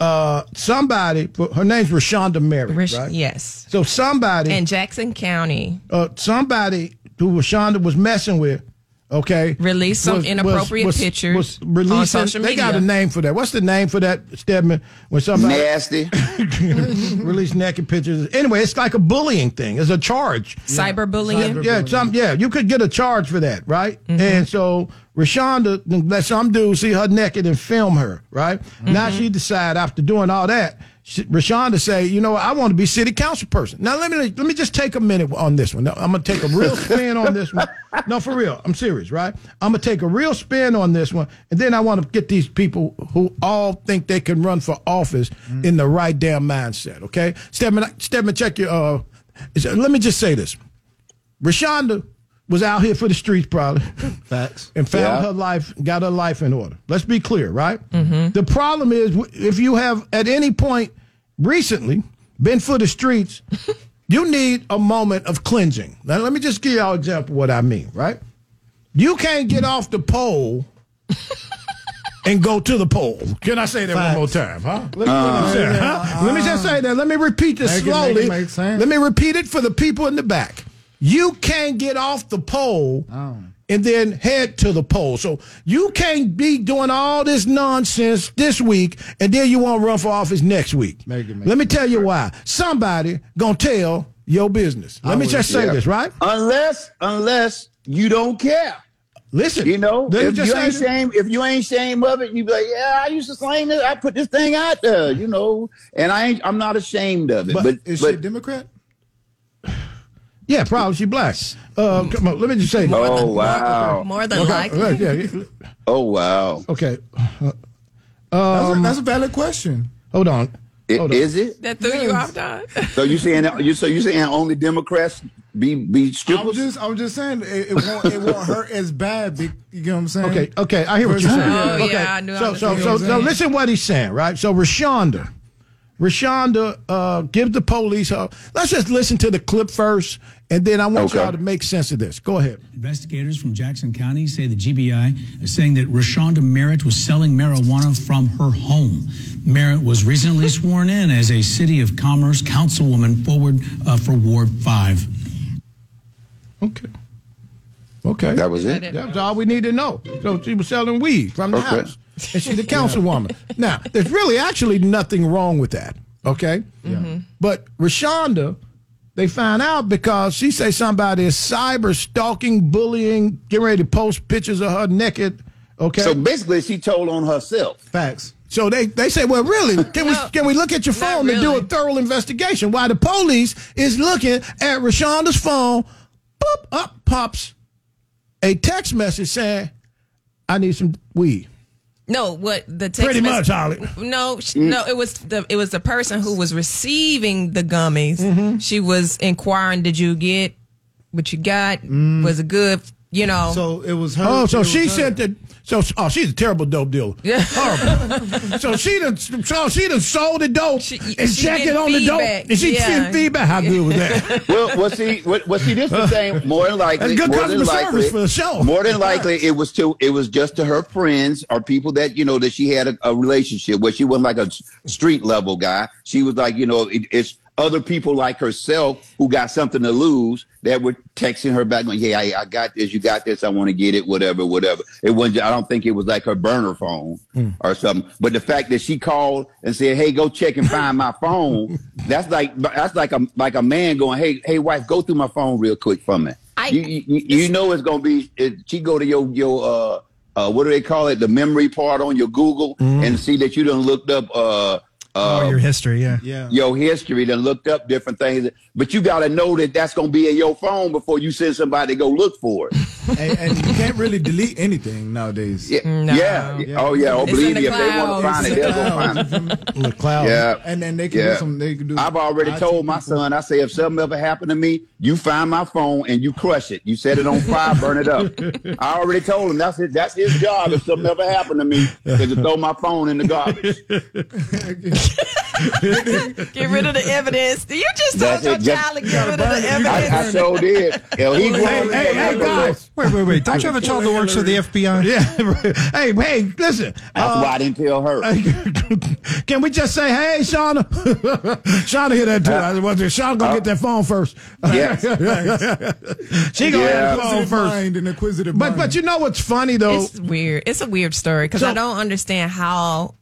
Uh, somebody. Her name's Rashonda Merrick, Rish- right? Yes. So somebody In Jackson County, uh, somebody who Shonda was messing with, okay, Released some inappropriate pictures on releasing, social They got a media. name for that. What's the name for that, Stedman? When somebody Nasty. released naked pictures. Anyway, it's like a bullying thing. It's a charge. cyberbullying. Yeah, some yeah, you could get a charge for that, right? And so Rashonda let some dude see her naked and film her, right? Now she decide after doing all that, she, Rashonda say, you know, what, I want to be city council person. Now let me let me just take a minute on this one. Now, I'm gonna take a real spin on this one. No, for real, I'm serious, right? I'm gonna take a real spin on this one, and then I want to get these people who all think they can run for office in the right damn mindset. Okay, Stedman, Stedman, check your. Uh, is- let me just say this. Rashonda was out here for the streets probably Facts. and found Yeah. her life, got her life in order. Let's be clear, right? Mm-hmm. The problem is w- if you have at any point recently been for the streets, you need a moment of cleansing. Now, let me just give y'all an example of what I mean, right? You can't get off the pole and go to the pole. Can I say that one more time, huh? Let me, let me say, huh? Let me just say that. Let me repeat this Uh, Make it- make it slowly. make sense. Let me repeat it for the people in the back. You can't get off the pole Oh. and then head to the pole. So you can't be doing all this nonsense this week and then you want to run for office next week. Make it make Let me tell you why. Somebody gonna tell your business. Let me would- just say Yeah. this, right? Unless unless you don't care. Listen, You know, let me if just you say ain't this. shame, if you ain't shame of it, you be like, yeah, I used to slang this, I put this thing out there, you know, and I ain't, I'm not ashamed of it. But but, Is she a Democrat? Yeah, probably she black. Uh, come on, let me just say. this. oh wow, More than likely. Okay, yeah, yeah, oh wow, okay. Uh, um, That's, a, that's a valid question. Hold on. I- Hold on. is it? That threw you off, Don. So you saying you so you saying only Democrats be be I'm strippers? just, I'm just saying, it, it, won't, it won't hurt as bad. be- You get what I'm saying? Okay, okay, I hear what you're saying. Oh, yeah, okay. I knew I so, was so, thinking so, what so, I'm saying. listen what he's saying, right? So, Rashonda, Rashonda, uh, give the police. her let's just listen to the clip first, and then I want Okay. y'all to make sense of this. Go ahead. Investigators from Jackson County say the GBI is saying that Rashonda Merritt was selling marijuana from her home. Merritt was recently sworn in as a City of Commerce Councilwoman forward uh, for Ward 5. Okay. Okay. that was it. That was all we need to know. So she was selling weed from the Okay. house, and she's the councilwoman. now, there's really actually nothing wrong with that. Okay, Mm-hmm. but Rashonda, they find out because she say somebody is cyber stalking, bullying, getting ready to post pictures of her naked. Okay, So so, basically, she told on herself. Facts. they they say, well, really, can we No, can we look at your not phone and do a really. thorough investigation? While the police is looking at Rashonda's phone, boop, up pops a text message saying, "I need some weed." No, what the text Pretty message- much, Holly. No, sh- no, it was the it was the person who was receiving the gummies. Mm-hmm. She was inquiring, "Did you get what you got? Was it good? You know." So it was her. Oh, Mm. so it was she her. sent it. So oh, she's a terrible dope dealer. Yeah. Horrible. "Oh." so she done so she done sold the dope She- and she checked it getting on the feedback. dope and she Yeah. getting feedback. How good was that? Well, well, see, well, well, see, this the thing. More than likely, That's good more than customer likely, service for sure. More than likely, it was to it was just to her friends or people that you know that she had a, a relationship where she wasn't like a s- street level guy. She was like you know it, it's other people like herself who got something to lose that were texting her back going, "Hey, I, I got this. You got this. I want to get it. Whatever, whatever." It wasn't. I don't think it was like her burner phone Hmm. or something. But the fact that she called and said, "Hey, go check and find my phone," that's like that's like a like a man going, "Hey, hey, wife, go through my phone real quick for me." I- you, you, you you know it's gonna be. It, she go to your your uh, uh, what do they call it? The memory part on your Google Mm-hmm. and see that you done looked up uh, Or uh, your history, yeah. Yeah. your history, done looked up different things. But you gotta know that that's gonna be in your phone before you send somebody to go look for it. and, and you can't really delete anything nowadays. Yeah, yeah. yeah. Oh yeah. Oh, It's believe in me, the if they want to clouds. find it, they'll go find it. the cloud. Yeah. Oh. And then they can do some- they can do- I've already I told teach my people- son, I say, if something ever happened to me, you find my phone and you crush it. You set it on fire, burn it up. I already told him that's his, that's his job if something ever happened to me, is to throw my phone in the garbage. Get rid of the evidence. You just told That's your it. Just- child to get rid of the I, I evidence. so did. Hell, he grown, he Hey, hey, gonna hey, have to look. guys. Wait, wait, wait. Don't you have a child that works for the FBI? Yeah. right. hey, hey, listen. uh, That's why I didn't tell her. Can we just say, hey, Shauna? Shauna hear that too. I was there. Shauna gonna get that phone first. Uh, Yes. she gonna Yeah. have the phone Inquisitive first. mind and inquisitive But mind. but you know what's funny though? It's weird. It's a weird story because So- I don't understand how.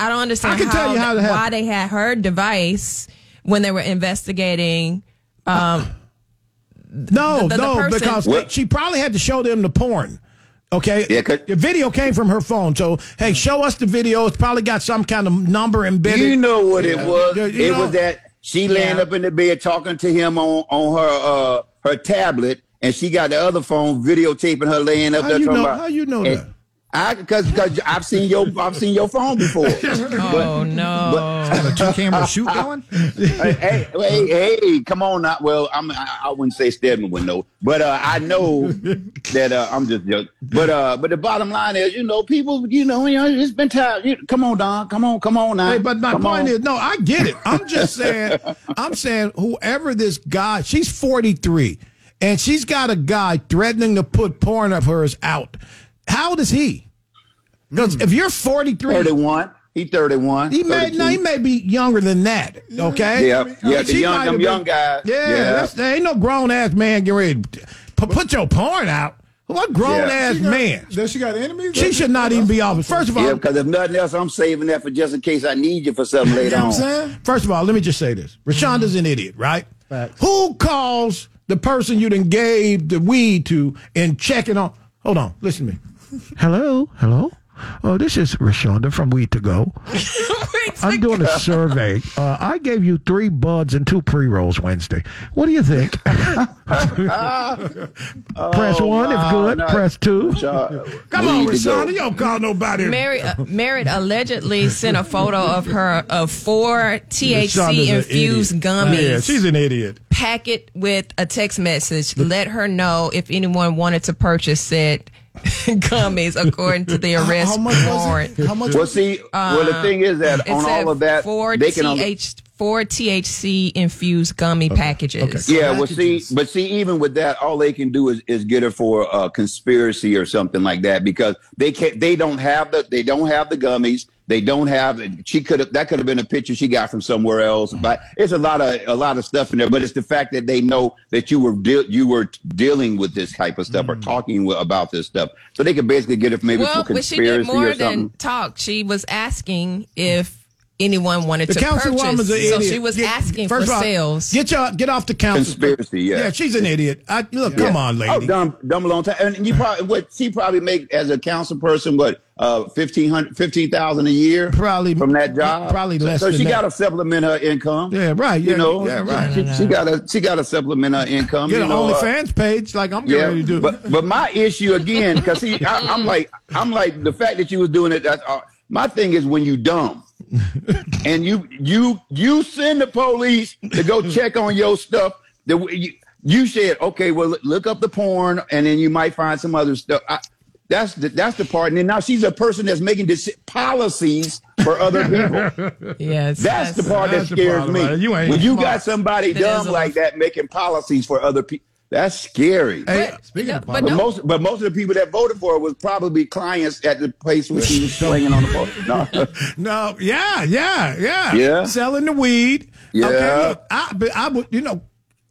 I don't understand I can tell you how it happened. why they had her device when they were investigating. um, no, the- the no, person- because Well- she probably had to show them the porn. Okay. Yeah, 'cause- the video came from her phone. So hey, show us the video. It's probably got some kind of number embedded. You know what it was? Yeah, you it know- was that she laying Yeah. up in the bed talking to him on on her uh her tablet, and she got the other phone videotaping her laying up How there. you talking know- about, how you know and that? I because because I've seen your I've seen your phone before. Oh no! A two camera shoot going? hey, hey, hey, hey, come on! Now. Well, I'm, I, I wouldn't say Stedman would know, but uh, I know that uh, I'm just joking. But uh, but the bottom line is, you know, people, you know, you know it's been time. You, come on, Don. Come on, come on now. Hey, but my Uh, Come on. point is, no, I get it. I'm just saying, I'm saying, whoever this guy, she's 43, and she's got a guy threatening to put porn of hers out. How old is he? Because Hmm. if you're 43, 31. He 31. he may no, he 32. may be younger than that. Okay. Yeah, yeah, the She young- might have them young guys. Yeah, Yeah. That's, there ain't no grown ass man getting ready to p- put your porn out. What grown Yeah. ass She got- man? Does she got enemies? She should not even be off. First of all, Yeah, because if nothing else, I'm saving that for just in case I need you for something later You know what I'm on. saying? First of all, let me just say this: Rashonda's an idiot, right? Facts. Who calls the person you done gave the weed to and checking on? Hold on, listen to me. Hello, hello. Oh, this is Rashonda from Weed to Go. I'm doing a survey. Uh, I gave you three buds and two pre rolls Wednesday. What do you think? press one if Ah. Oh, good. no. Press two. Come on, Weed to Go. Rashonda. You don't call nobody. Mary, uh, Merritt allegedly sent a photo of her of four Rashonda's THC an infused idiot. gummies Yeah, she's an idiot. packet with a text message. Let her know if anyone wanted to purchase said gummies, according to the arrest How much was warrant. it? How much? Well, see, well, the thing is that It on said all of that, four they can. only- TH four THC infused gummy packages. yeah, well, see, but see, even with that, all they can do is, is get her for a conspiracy or something like that because they can't. They don't have the. They don't have the gummies. They don't have. She could have. That could have been a picture she got from somewhere else. But it's a lot of a lot of stuff in there. But it's the fact that they know that you were deal you were dealing with this type of stuff or talking wi- about this stuff, so they could basically get it maybe Hmm. Well, for but she did conspiracy or more something. than talk. She was asking if anyone wanted The to purchase. councilwoman's an So idiot. she was Get- asking first for of all, sales. Get your get off the council. Conspiracy, yeah. yeah, she's an idiot. I, look, come on, lady. Oh, dumb, dumb long time. And you probably what she probably make as a council person, what uh, 1500 15000 a year, Probably- from that job, probably less So, than she that. got to supplement her income. Yeah, right, yeah, you know, yeah, right. She, she got to she got to supplement her income. Get you an know, uh, OnlyFans page, like I'm getting ready to do. But but my issue again, because see, I, I'm like I'm like the fact that you was doing it. That's uh, my thing is when you dumb, and you you you send the police to go check on your stuff. The way you, you said okay, well look up the porn, and then you might find some other stuff. I, that's the that's the part. And then now she's a person that's making deci- policies for other people. yes, That's the yes. part that That's the scares problem about me. it. You ain't when you smart. got somebody That is dumb a- like that making policies for other people, that's scary. But, Speaking of but But no, most, but most of the people that voted for her was probably clients at the place where she was swinging on the phone. No. no, yeah, yeah, yeah, Yeah. Selling the weed. Yeah. Okay, look, I, but I would, you know,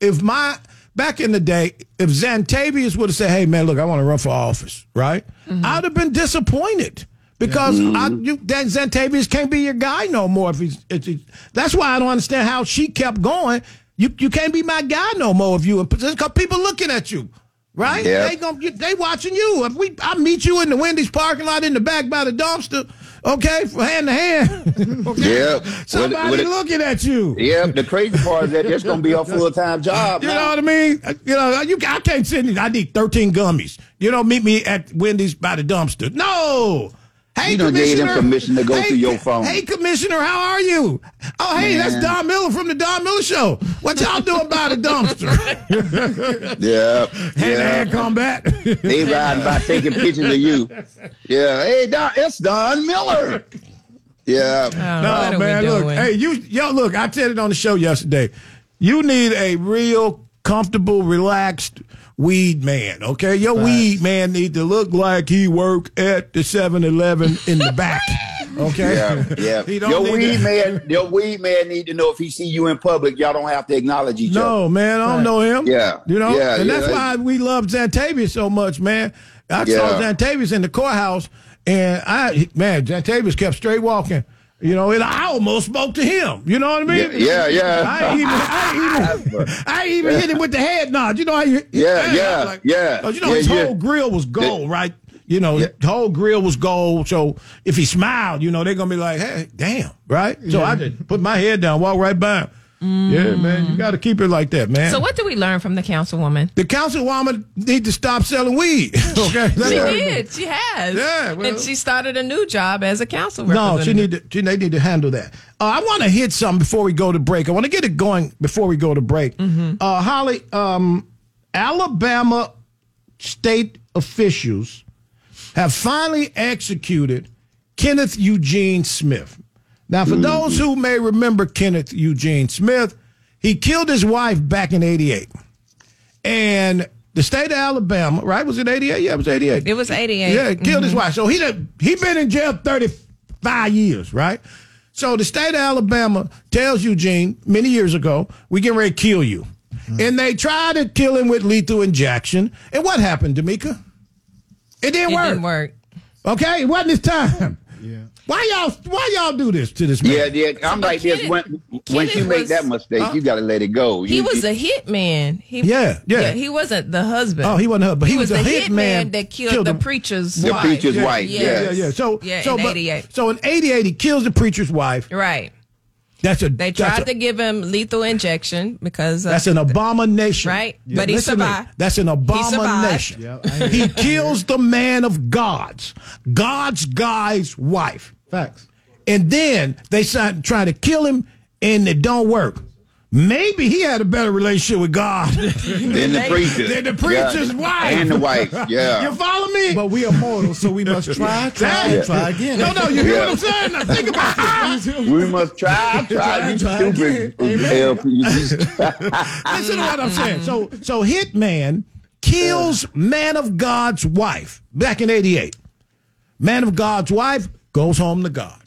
if my back in the day, if Zantavius would have said, "Hey, man, look, I want to run for office," right? I'd have been disappointed. Because I, Mm-hmm. you, that Zantavius can't be your guy no more. If he's, if he's, that's why I don't understand how she kept going. You you can't be my guy no more if you. Because people looking at you. right? Yep. They gonna get, they watching you. If we, I meet you in the Wendy's parking lot in the back by the dumpster. Okay, for hand to hand. Okay? Yep. Somebody With it- with it- looking at you. Yeah, the crazy part is that that's going to be our full time job. You know now. what I mean? Uh, You know, you, I can't send these. I need 13 gummies. You don't meet me at Wendy's by the dumpster. No. Hey, You done gave them Commissioner. permission to go hey, through your phone. Hey, Commissioner, how are you? Oh, hey, that's Man. Don Miller from the Don Miller Show. What y'all doing by the dumpster? Yeah, Hand-to-hand yeah. combat. They riding by taking pictures of you. Yeah, hey, Don, it's Don Miller. Yeah, no, man, look. Hey, you, yo, look. I said it on the show yesterday. You need a real comfortable, relaxed weed man. Okay, your weed man need to look like he work at the 7-Eleven in the back. Okay, yeah, yeah. He don't Your need weed to- man, your weed man need to know if he see you in public, y'all don't have to acknowledge each other. No, man, I don't know him. Yeah. You know? Yeah, and yeah. that's why we love Xantavius so much, man. I saw Yeah. Xantavius in the courthouse, and I, man, Xantavius kept straight walking. You know, and I almost spoke to him. You know what I mean? Yeah, yeah, yeah. I ain't even, I ain't even, I ain't even hit him with the head nod. You know how you? Yeah, I was yeah, yeah. 'cause you know Yeah, his yeah. whole grill was gold, right? You know, his whole grill was gold. So if he smiled, you know, they're gonna be like, "Hey, damn!" Right? So I just put my head down, walk right by him. Yeah, man, you got to keep it like that, man. Mm. So what do we learn from the councilwoman? The councilwoman need to stop selling weed. okay, That's She all. did. She has. Yeah, well- and she started a new job as a council No, representative. she need to. She, they need to handle that. Uh, I want to hit something before we go to break. I want to get it going before we go to break. Uh, Holly, um, Alabama state officials have finally executed Kenneth Eugene Smith. Now, for those who may remember Kenneth Eugene Smith, he killed his wife back in '88, and the state of Alabama, right? Was it '88? Yeah, it was '88. It was 88. Yeah, killed mm-hmm. his wife. So he done, he been in jail thirty five years, right? So the state of Alabama tells Eugene many years ago, we getting ready to kill you, Mm-hmm. and they tried to kill him with lethal injection. And what happened, D'Amica? It didn't, It work. didn't work. Okay, it wasn't his time. Yeah. Why y'all? Why y'all do this to this man? Yeah, yeah. I'm like this. Kenneth- When, once you Kenneth make was- that mistake, you got to let it go. He You- was you- a hit man. He, Yeah, yeah. He wasn't the husband. Oh, he wasn't her, but he, he was, a the hit, man, that killed, the him. preacher's the wife. preacher's wife. Yeah, Yeah, Yeah, yeah, yeah. So, Yeah, so, in but- 88. so in '88, he kills the preacher's wife. Right. That's a They that's tried a- to give him lethal injection because uh, of- That's an abomination. Right? But he Listen to me. survived. That's an survived. abomination. He kills the man of God's, God's guy's wife. Facts. And then they start- try to kill him and it don't work. Maybe he had a better relationship with God Then the preacher. than the preacher's Yeah. wife. And the wife. You Yeah. follow me? But we are mortal, so we must try, try, Yeah. and try again. no, no, you hear Yeah. what I'm saying? Now think about this. we must try, try, you Try, try stupid. again. help, you just- Listen to Mm-hmm. what I'm saying. So, so Hitman kills Man of God's wife back in '88. Man of God's wife goes home to God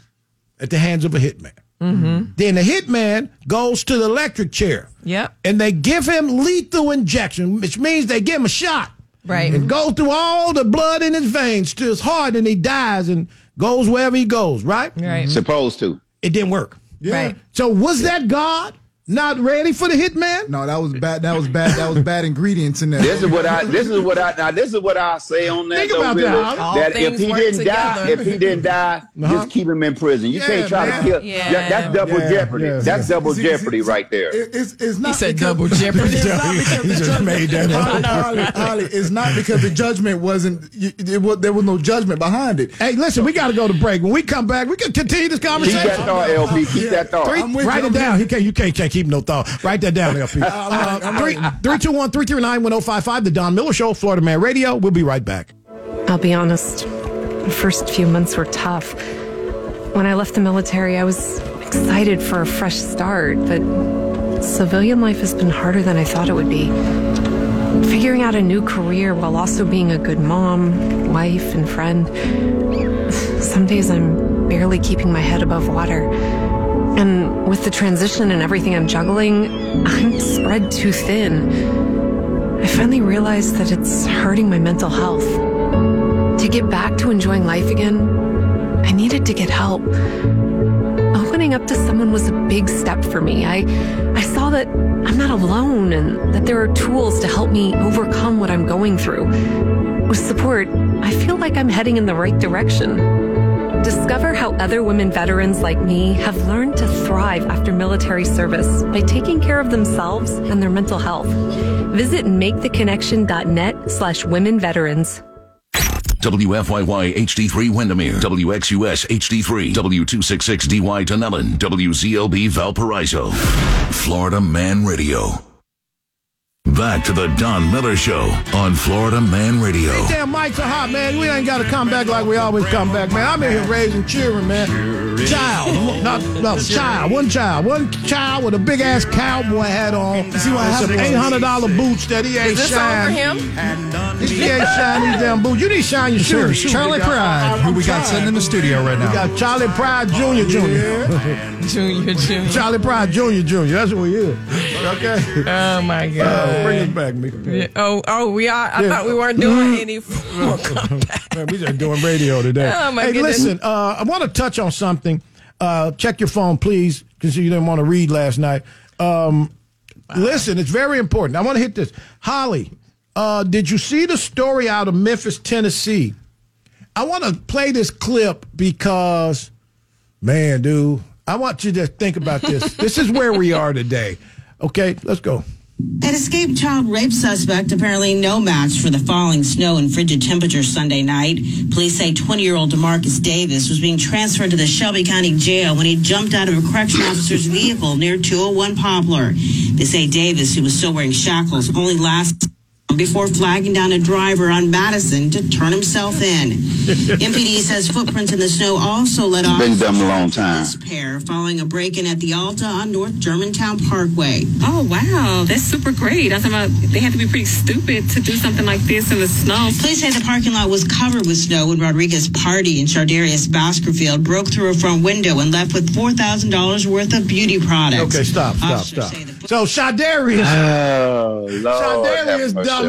at the hands of a hitman. Then the hitman goes to the electric chair. Yep. And they give him lethal injection, which means they give him a shot. Right. And go through all the blood in his veins to his heart, and he dies and goes wherever he goes. Right. right. supposed to. It didn't work. Right. So was that God not ready for the hitman? No, that was bad. That was bad. That was bad ingredients in there. This is what I. This is what I. Now this is what I say on that. Think though, about that, Willis, Howard. All that if things he work didn't die, together. if he didn't die, just keep him in prison. You Uh-huh. Yeah, can't try man. to kill. Yeah. that- that's double Yeah, jeopardy. yeah, that's yeah. double See, jeopardy see, see, right there. It, it's, it's not said because- double jeopardy. It's not because the judgment- Holly, Holly, Holly, it's not because the judgment wasn't. you- It, was, there was no judgment behind it. Hey, listen, we got to go to break. When we come back, we can continue this Keep conversation. that thought, LP. Keep that thought. Three- I'm with Write it you, I'm down. You can't, you can't, can't keep no thought. Write that down, LP. Uh, three- 321 339 1055, The Don Miller Show, Florida Man Radio. We'll be right back. I'll be honest, the first few months were tough. When I left the military, I was excited for a fresh start, but civilian life has been harder than I thought it would be. Figuring out a new career while also being a good mom, wife, and friend. Some days I'm barely keeping my head above water. And with the transition and everything I'm juggling, I'm spread too thin. I finally realized that it's hurting my mental health. To get back to enjoying life again, I needed to get help. Opening Standing up to someone was a big step for me. I, I saw that I'm not alone and that there are tools to help me overcome what I'm going through. With support, I feel like I'm heading in the right direction. Discover how other women veterans like me have learned to thrive after military service by taking care of themselves and their mental health. Visit maketheconnection.net slash women veterans. WFYY HD3 Windermere, WXUS HD3, W266DY Dunellen, WZLB Valparaiso. Florida Man Radio. Back to the Don Miller Show on Florida Man Radio. Damn, mics are hot, man. We ain't got to come back like we always come back, man. I'm in here raising children, man. Child, not no child, one child, one child with a big ass cowboy hat on. You see what happened? Eight hundred dollar boots that he ain't Is this all for shine. him? He ain't shine these damn boots. You need to shine your Sure, shoes. Charlie Pride, who we got sitting in the studio right We now. got Charlie Pride Junior, Junior, Junior, Junior. Charlie Pride Junior, Junior. That's what he is. Okay, Oh my Uh, bring us God. back, Mika. Mm-hmm. Oh, oh, we are. I thought we weren't doing any formal comeback. Man, we just doing radio today. Oh, my hey, goodness. listen, uh, I want to touch on something. Uh, check your phone, please, because you didn't want to read last night. Um, Listen, it's very important. I want to hit this. Holly, uh, did you see the story out of Memphis, Tennessee? I want to play this clip because, man, dude, I want you to think about this. this is where we are today. Okay, let's go. An escaped child rape suspect apparently no match for the falling snow and frigid temperatures Sunday night. Police say 20-year-old DeMarcus Davis was being transferred to the Shelby County Jail when he jumped out of a correction officer's vehicle near 201 Poplar. They say Davis, who was still wearing shackles, only lasted before flagging down a driver on Madison to turn himself in. MPD says footprints in the snow also led off Been dumb a long time. pair following a break-in at the Alta on North Germantown Parkway. Oh, wow. That's super great. I thought about they had to be pretty stupid to do something like this in the snow. Police say the parking lot was covered with snow when Rodriguez Party and Shardarius Baskerfield broke through a front window and left with four thousand dollars worth of beauty products. Okay, stop, stop, Officers stop. say the- So, Shadarius. Oh, Lord. have Sardarius mercy. dumbass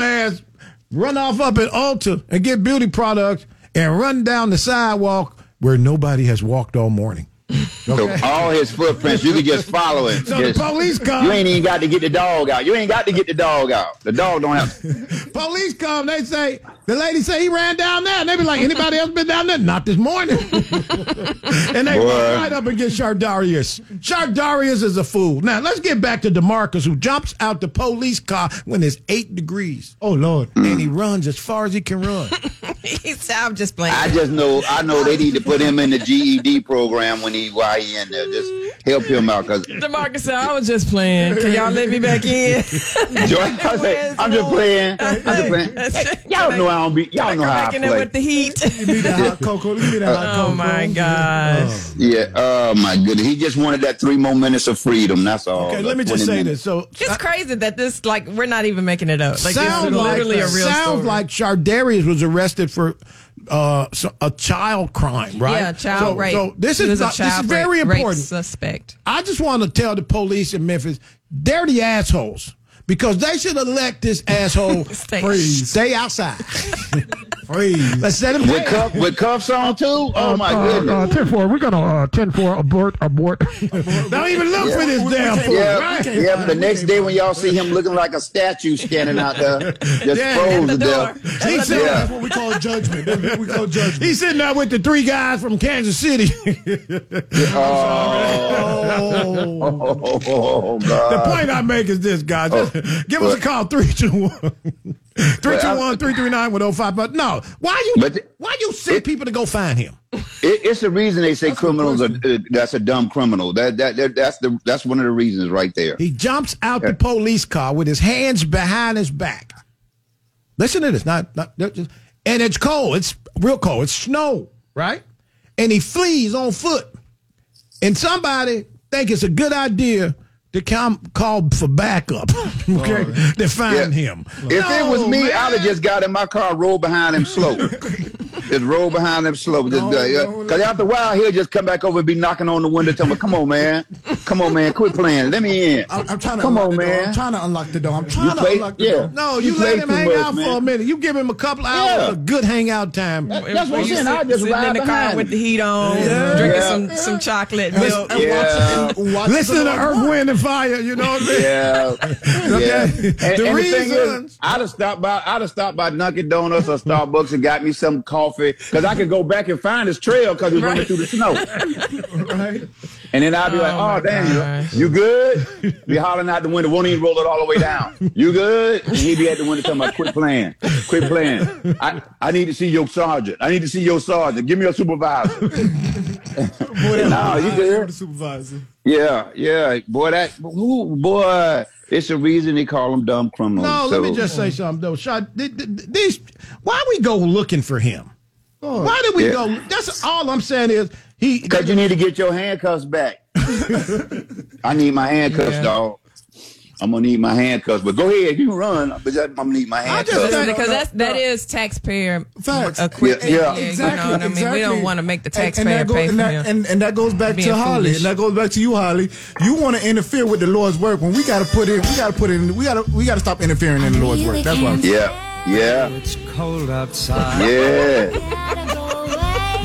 run off up at Ulta and get beauty products and run down the sidewalk where nobody has walked all morning. So all his footprints, you can just follow him. So the Just- police come. You ain't even got to get the dog out. You ain't got to get the dog out. The dog don't have. Police come. They say the lady say he ran down there. And they be like, anybody else been down there? Not this morning. and they Boy. run right up and get Shardarius. Shardarius is a fool. Now let's get back to Demarcus, who jumps out the police car when it's eight degrees. Oh Lord! And he runs as far as he can run. He's, I'm just playing. I just know. I know they need to put him in the GED program when he while he in there. Just help him out because Demarcus said, I was just playing. Can y'all let me back in? Joy, I say, I'm just playing. I'm just playing. Hey, y'all know I don't be. Y'all Come know how I back in there play. Uh, with the heat. hot cocoa. Give me that hot Oh cocoa. my gosh. Yeah. Oh my goodness. He just wanted that three more minutes of freedom. That's all. Okay, Like, let me 20 just say minutes. this. So It's crazy that this, like, we're not even making it up. Like, this is sounds like, literally a real sounds story. like Shardarius was arrested for uh, so- a child crime, right? Yeah, child so, rape. So this He is, was a not, this is child very rape- rape important. suspect. I just want to tell the police in Memphis they're the assholes because they should have let this asshole Stay. freeze, stay outside. freeze. Let's let him With cuff, with cuffs on too. Oh my goodness. 10 4, we're going to uh, 10 4, abort, abort. Don't even look for this damn fool, Yeah, right? yeah. But the next day when y'all see him looking like a statue standing out there, just Yeah. froze to The door. death. He That's said, Yeah. what we call judgment. That's what we call judgment. He's sitting there with the three guys from Kansas City. Oh, oh, oh, God. The point I make is this, guys. oh, Just give us a call 321 321 339 1055. oh, No, why you But- why you send people to go find him? It, it's the reason they say criminals are. Uh, that's a dumb criminal. That, that that that's the that's one of the reasons right there. He jumps out the police car with his hands behind his back. Listen to this. Not, not just, and it's cold. It's real cold. It's snow, right? And he flees on foot. And somebody think it's a good idea to come call for backup. Okay, to find Oh, Yeah. him. If it was No, me, man. I'd have just got in my car, and rolled behind him slow, just roll uh, behind him slow. Just because after a while he'll just come back over and be knocking on the window, telling me, "Come on, man, Come on, man. Quit playing. Let me in. I'm, I'm trying to Come unlock on, the door. man. I'm trying to unlock the door. I'm trying You to play- unlock the yeah. door. No, You you, let played him too hang much, out for man. a minute. You give him a couple hours Yeah. of good hangout time. That's what I'm You saying. I sit- just sitting ride in the car behind with him. the heat on, Yeah. drinking Yeah. some some chocolate milk. And Yeah. watch- and watch Listen the to door. Earth, Wind, and Fire. You know what I mean? Yeah. yeah. And, The and the thing reasons- is, I'd have stopped by. I'd have stopped by Dunkin' Donuts or Starbucks and got me some coffee because I could go back and find this trail because it's running through the snow. Right? And then I'd be my like, "Oh, damn, gosh. you, you good?" Be hollering out the window, won't even roll it all the way down. You good? And he'd be at the window talking about, "Quit playing, quit playing. I, I need to see your sergeant. I need to see your sergeant. Give me your supervisor." no, you I'm good? the supervisor. Yeah, yeah, boy. That who, boy. It's the reason they call them dumb criminals. No, So- let me just say something though. Shot th- th- th- these. Why we go looking for him? Why did we Yeah. go? That's all I'm saying is he. Because you need to get your handcuffs back. I need my handcuffs, dog. I'm gonna need my handcuffs. But go ahead, you run. But I'm gonna need my I handcuffs. just think- because that's that is taxpayer Facts. equipment. Yeah, yeah. you know what I mean. We don't want to make the taxpayer and, and that go- pay for and them. that, and, and that goes back Being to Holly, foolish. and that goes back to you, Holly. You want to interfere with the Lord's work when we got to put in, we got to put in, we got to, we got to stop interfering in the Lord's work. That's why. I'm yeah, yeah, It's cold outside. yeah.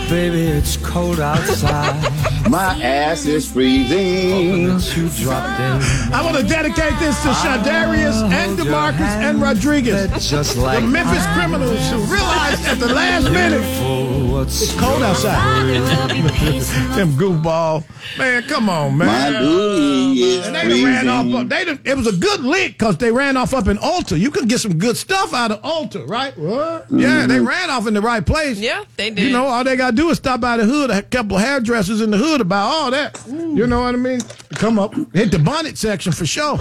Baby, it's cold outside. My ass is freezing. Since you dropped in. I want to dedicate this to Shadarius and DeMarcus and Rodriguez, But just the like Memphis criminals who realized at the last minute beautiful, what's cold outside. Them goofball man, come on My man. booty is And they done ran off. freezing. They done, it was a good lick because they ran off up in Alta. You could get some good stuff out of Alta, right? What? Yeah, they ran off in the right place. Mm-hmm. Yeah, they did. You know, all they gotta do is stop by the hood, a couple of hairdressers in the hood about all that. You know what I mean? Come up, hit the bonnet section for sure.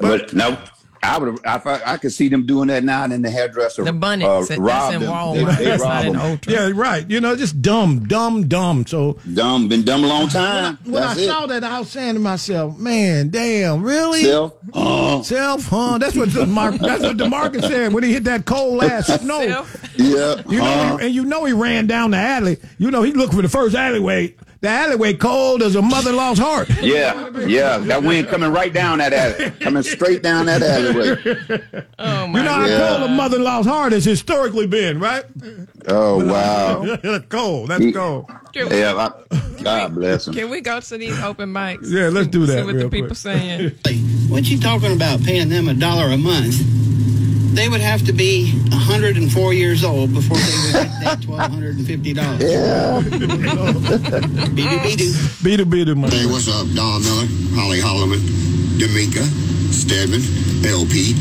But no. I would. I, I, I could see them doing that now in the hairdresser. The bunny. Uh, That's in robbed them. Walmart. They, they That's not robbed in them. Ultra. yeah, right. You know, just dumb, dumb, dumb. So Dumb. Been dumb a long time. when That's I it. saw that, I was saying to myself, "Man, damn, really." Self. Uh, Self, huh? That's what Mark. That's what Demarcus said when he hit that cold ass snow. Self. yeah. You know, uh, and you know he ran down the alley. You know he looked for the first alleyway. The alleyway cold as a mother lost heart. Yeah, yeah. That wind coming right down that alley. Coming straight down that alleyway. Oh my You know how Yeah. cold a mother lost heart has historically been, right? Oh, wow. cold. That's He- cold. Yeah, I, God bless him. Can we go to these open mics? Yeah, let's do See that what real the people quick. saying. What you talking about paying them a dollar a month? They would have to be 104 years old before they would get that $1,250. Yeah. Be-do-be-do. Beat a beat money. Hey, what's up? Don Miller, Holly Holloman, D'Amica, Stedman, LP.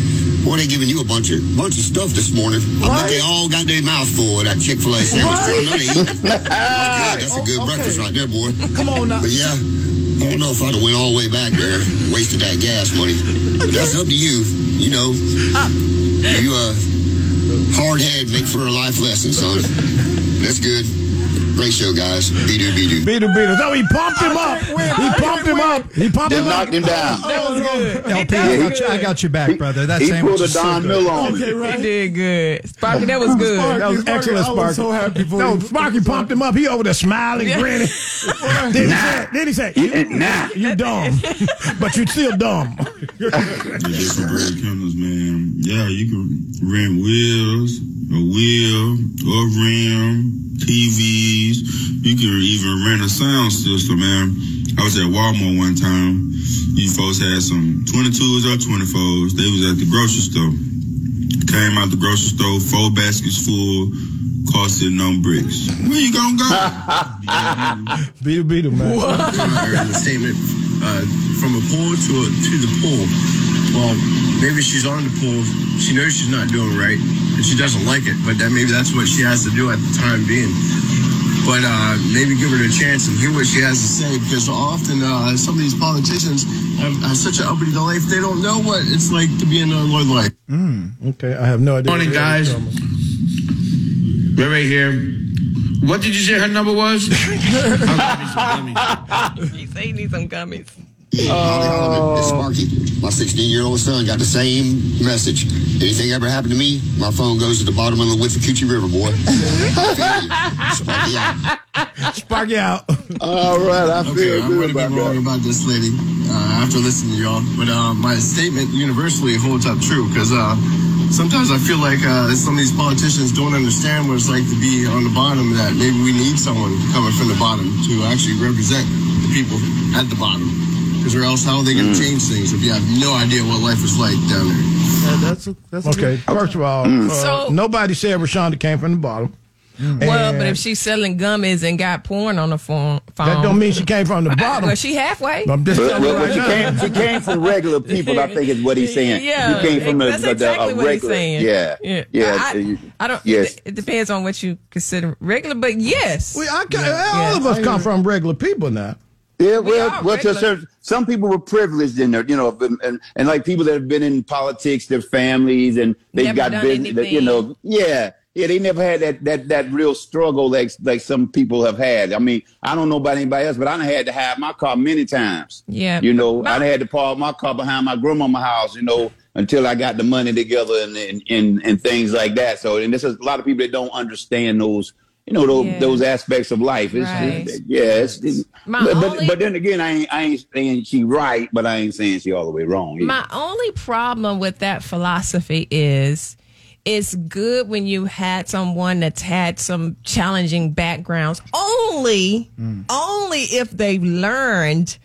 Boy, they giving you a bunch of bunch of stuff this morning. I bet they all got their mouth full of that Chick Fil A sandwich. I know they eating. My God, that's a good breakfast right there, boy. Oh, Come on now. But yeah, I don't know if I'd have went all the way back there, wasted that gas money. But that's up to you. You know, Ah. you uh, hard head make for a life lesson, son. That's good. Great show, guys. Be do be do. Beat a beat Oh, he pumped him up. He pumped him up. He pumped Just him up. knocked him down. That was good. LP, I got, you, I got you back, brother. That He sandwich pulled a is so Don good. Miller on me. He did good. Sparky, that was good. That was excellent, Sparky. I was so happy for no, you. Sparky pumped him up. He over there smiling, Yeah. grinning. then, he said, then he said, you, Nah. you dumb, but you still dumb. Yeah, just some real cameras, man. Yeah, you can rent wheels, a wheel, a rim, TVs. You can even rent a sound system, man. I was at Walmart one time. You folks had some 22s or 24s. They was at the grocery store. Came out the grocery store, four baskets full, costed no bricks. Where you gonna go? Beat him, beat him, man. heard the statement uh, from a pool to a, to the pool. Well, maybe she's on the pool. She knows she's not doing right, and she doesn't like it. But that maybe that's what she has to do at the time being. But uh, maybe give her a chance and hear what she has to say, because often uh, some of these politicians have, have such an uppity life they don't know what it's like to be in a low life. Okay, I have no idea. Morning, guys. We're right here. What did you say her number was? He said he needs some gummies. Holly, This is Marky. My 16 year old son got the same message. Anything ever happened to me, my phone goes to the bottom of the Withlacoochee River, boy. Sparky out. Sparky out. All right, I feel I'm going to be wrong about this lady uh, after listening to y'all, but uh, my statement universally holds up true because uh, sometimes I feel like uh, some of these politicians don't understand what it's like to be on the bottom. That maybe we need someone coming from the bottom to actually represent the people at the bottom. Because or else, how are they going Mm. to change things if you have no idea what life is like down there? that's a, that's Okay, first of all, Mm. uh, So- nobody said Rashonda came from the bottom. Well, And but if she's selling gummies and got porn on the phone, phone that don't mean she came from the bottom. Well, she halfway. I'm just But, telling you but, but right she now. came. She came from regular people. I think is what he's saying. Yeah, you came from a, that's a- a- a exactly what he's uh, regular. saying. Yeah, yeah. yeah. I, so you- I don't. Yes. It, it depends on what you consider regular, but yes. We, I, all of us come from regular people now. Yeah, well, are well to a regular. certain, some people were privileged in their, you know, and, and, and like people that have been in politics, their families, and they've Never got done business, that, you anything. know, yeah, yeah, they never had that that that real struggle like like some people have had. I mean, I don't know about anybody else, but I done had to hide my car many times. Yeah. you know, I done had to park my car behind my grandmama house, you know, until I got the money together and and and, and things like that. So, and this is a lot of people that don't understand those. You know those, Yeah. those aspects of life. It's, Right. yeah, it's, it's- My but, but- only- but then again, I ain't, I ain't saying she right, but I ain't saying she all the way wrong. either. My only problem with that philosophy is it's good when you had someone that's had some challenging backgrounds only Mm. only if they've learned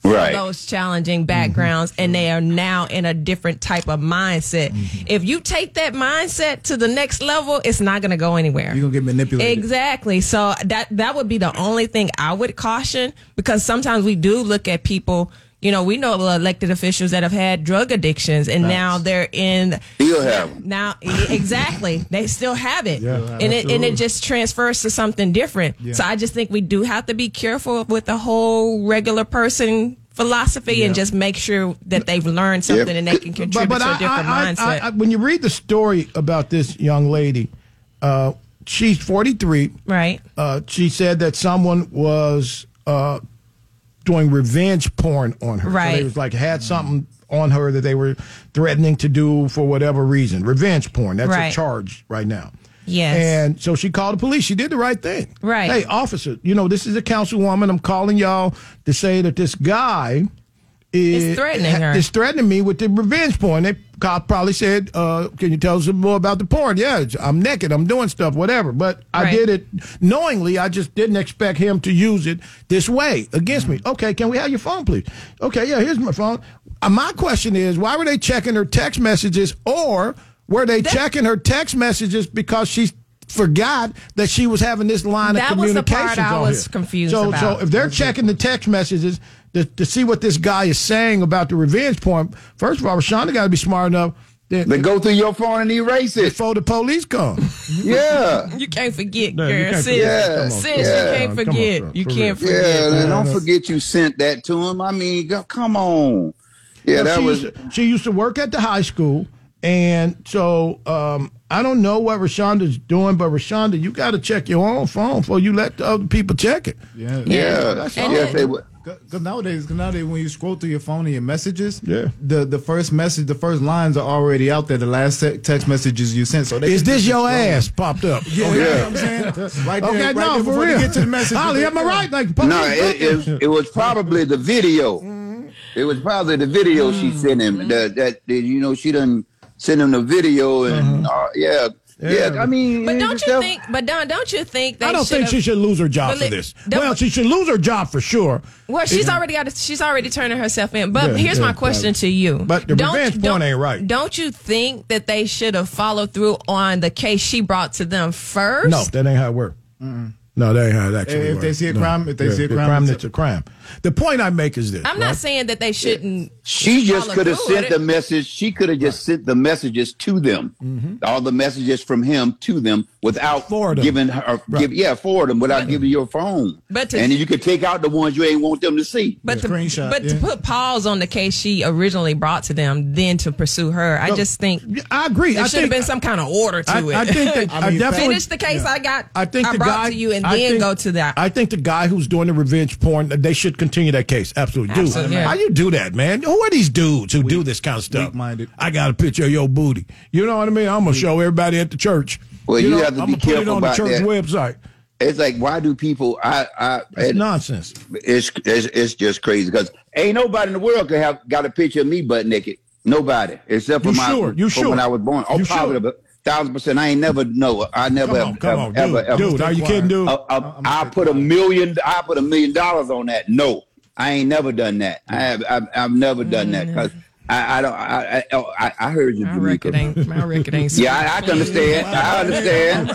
from Right. those challenging backgrounds and they are now in a different type of mindset. If you take that mindset to the next level, it's not going to go anywhere. You're gonna get manipulated. Exactly. So that that would be the only thing I would caution because sometimes we do look at people. You know, we know elected officials that have had drug addictions and now they're in. Still have 'em. Now, e- exactly, they still have it, Yeah, and it and absolutely. it just transfers to something different. Yeah. So I just think we do have to be careful with the whole regular person philosophy and just make sure that they've learned something and they can contribute to a different mindset. I- when you read the story about this young lady, uh, she's 43. Right. Uh, she said that someone was uh, doing revenge porn on her. So Right. they was like had something on her that they were threatening to do for whatever reason. Revenge porn. That's Right. a charge right now. Yes. And so she called the police. She did the right thing. Right. Hey, officer, you know, this is a councilwoman. I'm calling y'all to say that this guy is threatening her. Is threatening me with the revenge porn. They cop probably said, uh, "Can you tell us some more about the porn?" Yeah, it's- I'm naked. I'm doing stuff, whatever. But I Right. did it knowingly. I just didn't expect him to use it this way against me. Okay, can we have your phone, please? Okay, yeah, here's my phone. Uh, my question is, why were they checking her text messages, or were they checking her text messages because she Forgot that she was having this line That of was the part communications. I on was here. confused so, So about. if they're checking the text messages to, to see what this guy is saying about the revenge porn, first of all, Rashonda got to be smart enough to, They go through your phone and erase it before the police come. yeah. You can't forget, No, girl. you can't Sis, forget. Come on, sis, come on, you can't come on, forget. come on, you for can't real. forget. Yeah, Yeah, man, don't that's- forget you sent that to him. I mean, go- come on. Yeah, Well, that she was. Used to, she used to work at the high school, and so um, I don't know what Rashonda's doing, but Rashonda, you got to check your own phone before you let the other people check it. Yeah, Yeah, that's And all. then- they would- Cause nowadays, cause nowadays, when you scroll through your phone and your messages, Yeah. the the first message, the first lines are already out there. The last te- text messages you sent, so they Is can this just your scroll. ass popped up? Yeah, you know what I'm saying. Right there, okay, right no, there for before they real. get to the message. Holly, am I right? Like, no, it, it, it was probably the video. It was probably the video she Mm-hmm. sent him. That, that that, you know she done sent him the video and Uh-huh. uh yeah, yeah I mean, But don't you yourself- think? But Don, don't you think? They I don't think should've- she should lose her job Well, for it- this. don't- Well, she should lose her job for sure. Well, she's It- already got. A, she's already turning herself in. But Yeah, here's yeah, my question right. to you. But the revenge porn ain't right. Don't you think that they should have followed through on the case she brought to them first? No, that ain't how it works. No, that ain't how it actually If works. they see a No. crime- if they see a the crime, it's that's a crime. The point I make is this. I'm right? not saying that they shouldn't. She just follow could have through with sent the it. message. She could have just sent the messages to them, Mm-hmm. all the messages from him to them, without giving her, give, yeah, forward them without giving your phone. But to- and you could take out the ones you ain't want them to see. But to, but to put pause on the case she originally brought to them, then to pursue her, I No, just think I agree. There I should have think- been some kind of order to I- it. I think that- I definitely- finish the case I got. I think the brought guy to you, and I then think- go to that. I think the guy who's doing the revenge porn, they should should continue that case. Absolutely. Dude, Absolutely. how you do that, man? Who are these dudes who do this kind of stuff? weak-minded. I got a picture of your booty. You know what I mean? I'm going to show everybody at the church. Well, you, know, have to I'm be gonna put careful it on about the church that. website. It's like, why do people? I, I, It's nonsense. It's, it's it's just crazy because ain't nobody in the world could have got a picture of me butt naked. Nobody except for You my sure? You for sure? when I was born. Oh, You sure? positive, thousand percent. I ain't never know. I never Come have- on, come ever, on, ever, dude. ever- Dude, are you kidding, dude? I, I, I put a million. I put a million dollars on that. No, I ain't never done that. I Mm. have. I've, I've never done that because. I, I don't. I, I- oh, I I heard you. I reckon ain't. Mm, I reckon ain't. Yeah, I, I can understand. I understand.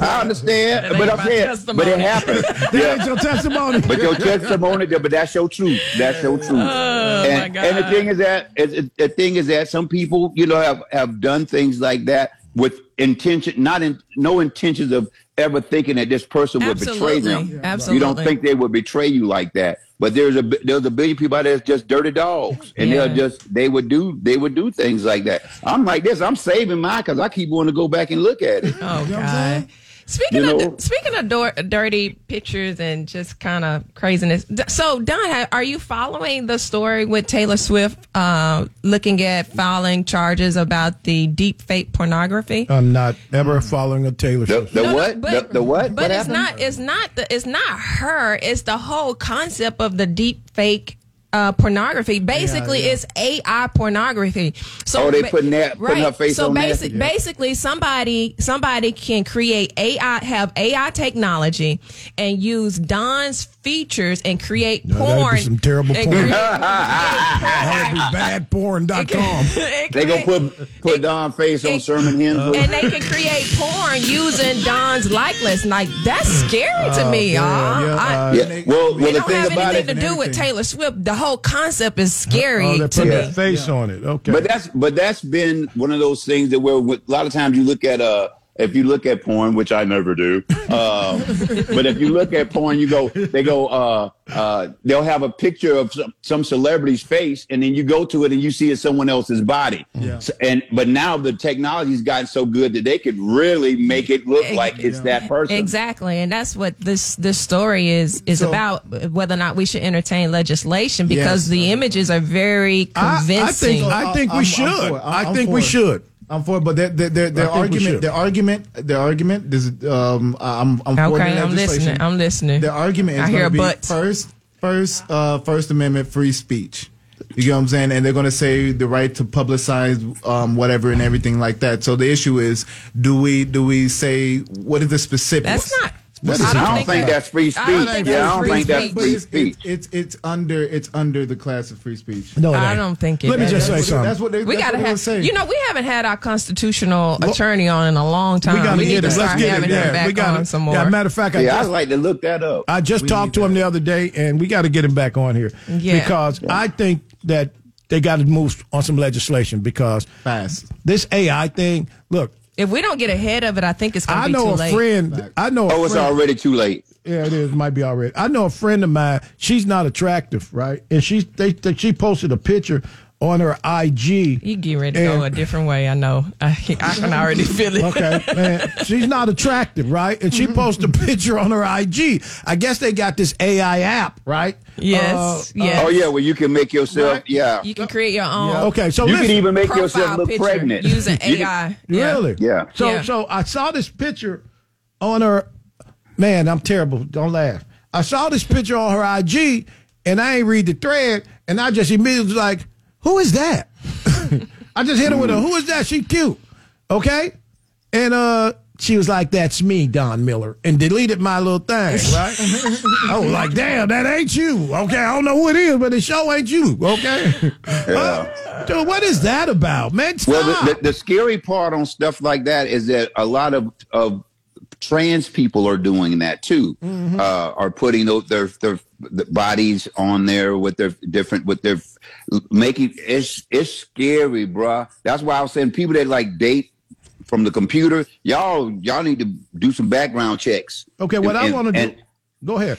I understand. That But ain't I'm my saying, but it testimony. happened. That Yeah. ain't your testimony. But your testimony, but that's your truth. That's your truth. Oh, and, my God. and the thing is that is- is- the thing is that some people, you know, have have done things like that with intention, not in no intentions of ever thinking that this person would betray Absolutely. them. Absolutely. You don't think they would betray you like that. But there's a there's a billion people out there that's just dirty dogs, and Yeah. they'll just they would do they would do things like that. I'm like this. I'm saving mine because I keep wanting to go back and look at it. Oh God. Speaking You of know- speaking of dor- dirty pictures and just kind of craziness. D- So Don, ha- are you following the story with Taylor Swift uh, looking at filing charges about the deep fake pornography? I'm not ever following a Taylor Swift. The what? the, the what? But what it's not it's not the it's not her. It's the whole concept of the deep fake uh, pornography. Basically, yeah. it's AI pornography. So Oh, they ba- putting that- putting her face so on there? basi- Yeah. basically, somebody somebody can create AI have AI technology and use Don's features and create No, that'd be porn. some terrible and porn. create- That would be badporn.com. They gonna put put Don face on Sermon Henry. and they can create porn using Don's likeness. Like that's scary Uh, to me, Oh, y'all. man, yeah, I- uh, Yeah, well, well, the it don't thing have about anything it- to do with Taylor Swift. The whole concept is scary Oh, they're to putting me. their Face on it. Okay. But that's but that's been one of those things that where a lot of times you look at uh if you look at porn, which I never do, uh, but if you look at porn, you go they go uh uh they'll have a picture of some, some celebrity's face, and then you go to it and you see it's someone else's body. Yeah. So- and but now the technology's gotten so good that they could really make it look like it's that person. Exactly, and that's what this this story is is So- about. Whether or not we should entertain legislation because Yes. the images are very I'm- convincing. I'm for it. I'm- I'm for it. I'm for it, but their their, their, their I think we should. argument, their argument, their argument. This is, um, I'm I'm for Okay, the I'm legislation. listening. I'm listening. Their argument I is hear going to be butts. first, first, uh, First Amendment free speech. You get what I'm saying? And they're going to say the right to publicize um, whatever and everything like that. So the issue is, do we do we say what are the specifics? That's not- Listen, I don't I don't think think that- that's free I don't speech. think Yeah, I that's don't free think that's speech. But it's- free speech. It's, it's it's under it's under the class of free speech. No, it I ain't. don't think it Let me is. just say That's what- something. That's what they. we that's gotta what they have. say. You know, we haven't had our constitutional attorney on in a long time. gotta need get to him. Let's start get him, having yeah. him back We gotta- on some more. yeah, matter of fact, I Yeah, I'd just- like to look that up. I just talked to him the other day, and we got to get him back on here Yeah. because I think that they got to move on some legislation because fast this AI thing. Look, If we don't get ahead of it, I think it's going to I be know too a late. friend. I know. Oh, a it's friend- already too late. Yeah, it is. Might be already. I know a friend of mine. She's not attractive, right? And she they, they she posted a picture on her IG. You get ready to go And- a different way. I know. I, I can already feel it. Mm-hmm. Okay, man. She's not attractive, right? And she posted a picture on her IG. I guess they got this AI app, right? Uh, Yes, yes. Oh yeah, well you can make yourself yeah. You can create your own. Yeah. Okay, so you listen- can even make yourself profile look picture pregnant using You can- AI. Really? Yeah. So Yeah. so I saw this picture on her. Man, I'm terrible. Don't laugh. I saw this picture on her IG, and I ain't read the thread, and I just immediately was like, "Who is that?" I just hit her with a, "Who is that?" She cute, okay? And uh, she was like, "That's me, Don Miller," and deleted my little thing, right? I was like, "Damn, that ain't you." Okay, I don't know who it is, but it sure ain't you. Okay, Uh, dude, what is that about, man? Stop. Well, the, the, the scary part on stuff like that is that a lot of, of trans people are doing that too, Mm-hmm. uh, are putting those, their, their the bodies on there with their different, with their making it's, it's scary, bruh. That's why I was saying people that like date from the computer, y'all, y'all need to do some background checks. Okay, what I And- want to do. and- Go ahead.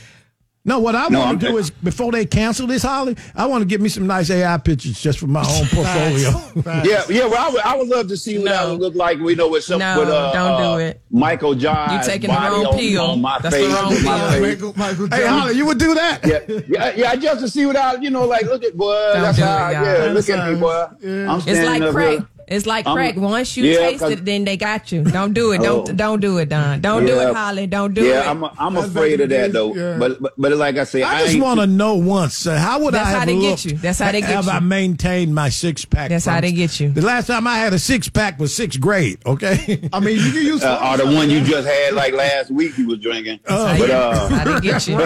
No, what I No, want I'm- to do is before they cancel this, Holly, I want to give me some nice AI pictures just for my own portfolio. Yeah, yeah. Well, I would, I would love to see what I would look like. We know with some No, with uh, don't do uh, it. Michael John. You taking the wrong on, pill. On my That's the face, wrong with my pill. face. hey, Holly, you would do that? Yeah, yeah, yeah. Just to see what I, you know, like look at boy. that's do it, how. y'all. yeah, look at me, boy. I'm it's standing like up crack. here. It's like I'm- crack. Once you Yeah, taste 'cause- it, then they got you. Don't do it. Don't Oh. don't do it, Don. Don't do Yeah. it, Holly. Don't do yeah, it. I'm I'm afraid of that though. But, but but like I say, I, I just ain't- want to know once uh, how would That's I have how they get looked you. That's how they get have you. I maintained my six pack? That's how from- they get you. The last time I had a six pack was sixth grade. Okay, I mean you can use uh, or the one you just had like last week you was drinking. Oh. but How uh, they get you.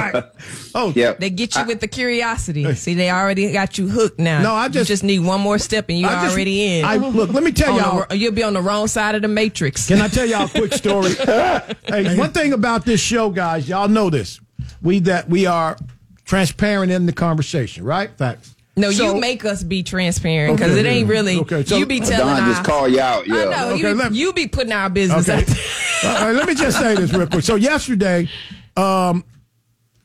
Oh, yeah. They get you with the curiosity. See, they already got you hooked now. No, I You just need one more step and you I just- already in. I- look, let me tell On y'all- the- you'll be on the wrong side of the matrix. Can I tell y'all a quick story? hey, one thing about this show, guys, y'all know this. We that we are transparent in the conversation, right? Facts. No, you make us be transparent because Okay, it ain't yeah. really. Okay, so- you be Don telling just our- call you out, yeah. I know. Okay, you, be, let me- you be putting our business out there. All right, let me just say this real quick. So yesterday, um,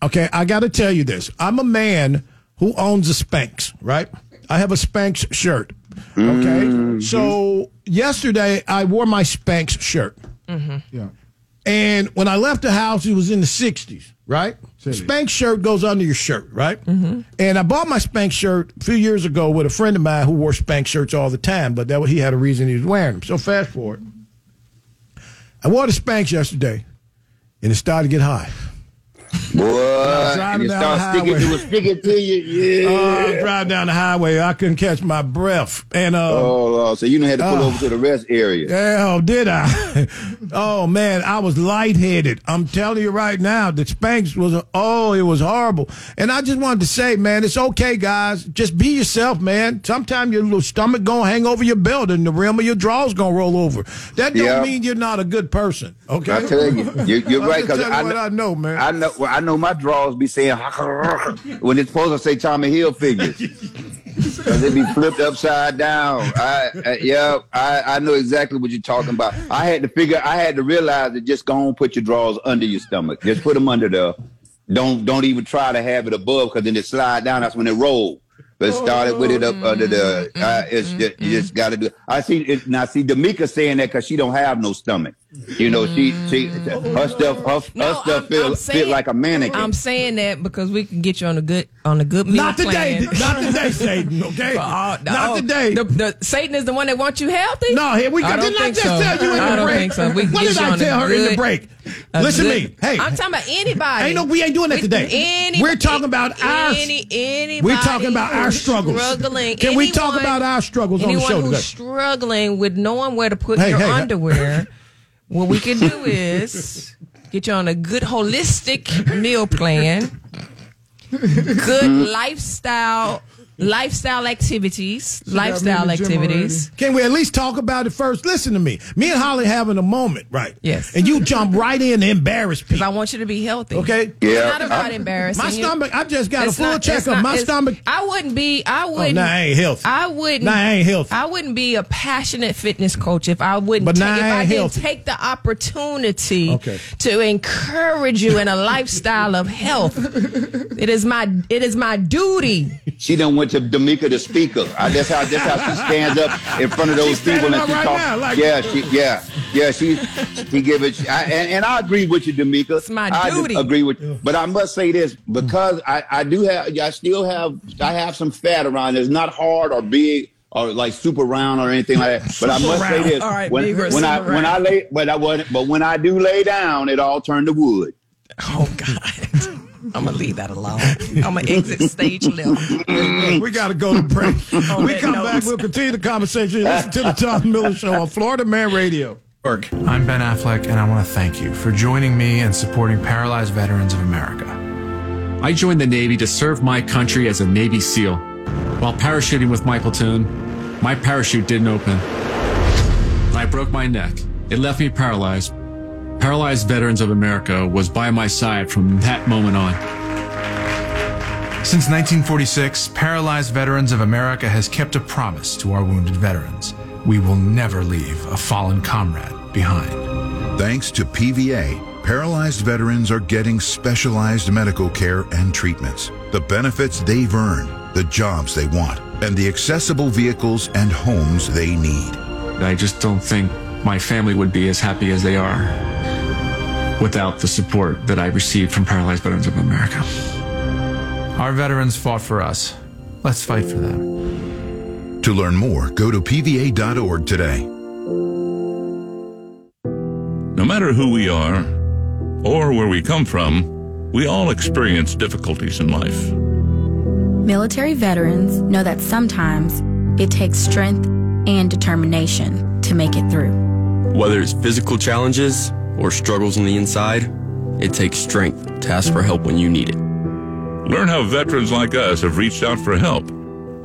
okay, I got to tell you this. I'm a man who owns a Spanx, right? I have a Spanx shirt. Okay, so yesterday I wore my Spanx shirt, Mm-hmm. Yeah. and when I left the house, it was in the '60s, right? Spanx shirt goes under your shirt, right? And I bought my Spanx shirt a few years ago with a friend of mine who wore Spanx shirts all the time, but that was- he had a reason he was wearing them. So fast forward. I wore the Spanx yesterday, and it started to get high. boy, Uh, and Driving it down starts the sticking highway. to sticking to you. Yeah. Uh, driving down the highway, I couldn't catch my breath, and uh, oh, Lord. so you done had to pull Oh. over to the rest area. Hell, did I? oh man, I was lightheaded. I'm telling you right now, the Spanx was oh, it was horrible. And I just wanted to say, man, it's okay, guys. Just be yourself, man. Sometimes your little stomach gonna hang over your belt, and the rim of your drawers gonna roll over. That don't Yeah. mean you're not a good person. Okay, I tell you, you're, you're I'm right. Because just telling you I, what kn- I know, man. I know. Well, I know my draws be saying when it's supposed to say Tommy Hill figures. 'Cause they be flipped upside down. I, I yeah, I, I know exactly what you're talking about. I had to figure. I had to realize that just go on and put your draws under your stomach. Just put them under there. Don't don't even try to have it above because then it slide down. That's when it roll. But it started with it up Oh. under the. Mm-hmm. I, it's just, you just got to do. I see. It, now I see D'Amica saying that because she don't have no stomach. You know, she she her stuff her, her stuff feel Mm-hmm. I'm feel like a mannequin. I'm saying that because we can get you on a good on a good meal Not today, plan. not today, Satan. Okay, For all- not oh, today. The, the- Satan is the one that wants you healthy. No, here we go. I don't Didn't I think just so. tell you in I the don't break? think so. We can What get did you I on Uh, a tell her in the good- break? a Listen to good- me. Hey. I'm talking about anybody. Ain't no, we ain't doing that We- today. any- We're talking about our- any, anybody. We're talking about our who's struggles. Struggling. Can we talk Anyone- about our struggles on the anyone show who's today? struggling with knowing where to put Hey, your hey, hey. underwear, what we can do is get you on a good holistic meal plan, good lifestyle lifestyle activities, lifestyle activities. Can we at least talk about it first? Listen to me. Me and Holly having a moment, right? Yes. And you jump right in and embarrass people. I want you to be healthy. Okay. It's Yeah, not about I- embarrassing My you. stomach. I just got It's a full not- check it's of not- my it's- stomach. Oh, I wouldn't be. I wouldn't. nah, I ain't healthy. I wouldn't. Nah, I ain't healthy. I wouldn't be a passionate fitness coach if I wouldn't. But take, nah, I if ain't I didn't healthy. take the opportunity Okay. to encourage you in a lifestyle of health, it is my it is my duty. She done went to D'Amica the speaker. I, that's how that's how she stands up in front of those people standing and up she right talks. now, like- yeah, she yeah yeah she she give it. I, and, and I agree with you, D'Amica. It's my I duty. do agree with you, but I must say this because I I do have I still have I have some fat around. It's not hard or big. Or like super round or anything like that, but I Super must round. say this: All right, when, big or when I super when I round. lay, but I wasn't, but when I do lay down, it all turned to wood. I'm gonna leave that alone. I'm gonna exit stage left. we got to go to break. On we that come note. back. We'll continue the conversation. Listen to the Tom Miller Show on Florida Man Radio. I'm Ben Affleck, and I want to thank you for joining me and supporting Paralyzed Veterans of America. I joined the Navy to serve my country as a Navy SEAL. While parachuting with my platoon, my parachute didn't open. I broke my neck. It left me paralyzed. Paralyzed Veterans of America was by my side from that moment on. Since 1946, Paralyzed Veterans of America has kept a promise to our wounded veterans. We will never leave a fallen comrade behind. Thanks to PVA, Paralyzed veterans are getting specialized medical care and treatments, the benefits they've earned, the jobs they want, and the accessible vehicles and homes they need. I just don't think my family would be as happy as they are without the support that I received from Paralyzed Veterans of America. Our veterans fought for us. Let's fight for them. To learn more, go to pva.org today. No matter who we are or where we come from, we all experience difficulties in life. Military veterans know that sometimes it takes strength and determination to make it through. Whether it's physical challenges or struggles on the inside, it takes strength to ask for help when you need it. Learn how veterans like us have reached out for help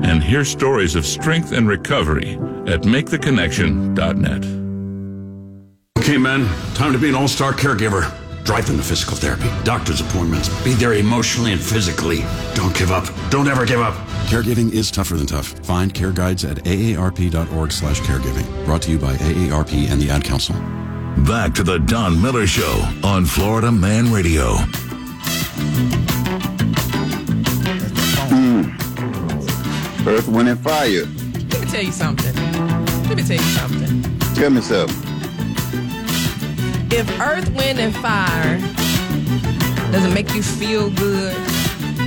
and hear stories of strength and recovery at maketheconnection.net. Okay, men, time to be an all star caregiver. Drive them to physical therapy, doctor's appointments, be there emotionally and physically. Don't give up. Don't ever give up. Caregiving is tougher than tough. Find care guides at aarp.org slash caregiving. Brought to you by AARP and the Ad Council. Back to the Don Miller Show on Florida Man Radio. Earth, wind, and fire. Let me tell you something. Let me tell you something. Tell me something. If Earth, Wind, and Fire doesn't make you feel good,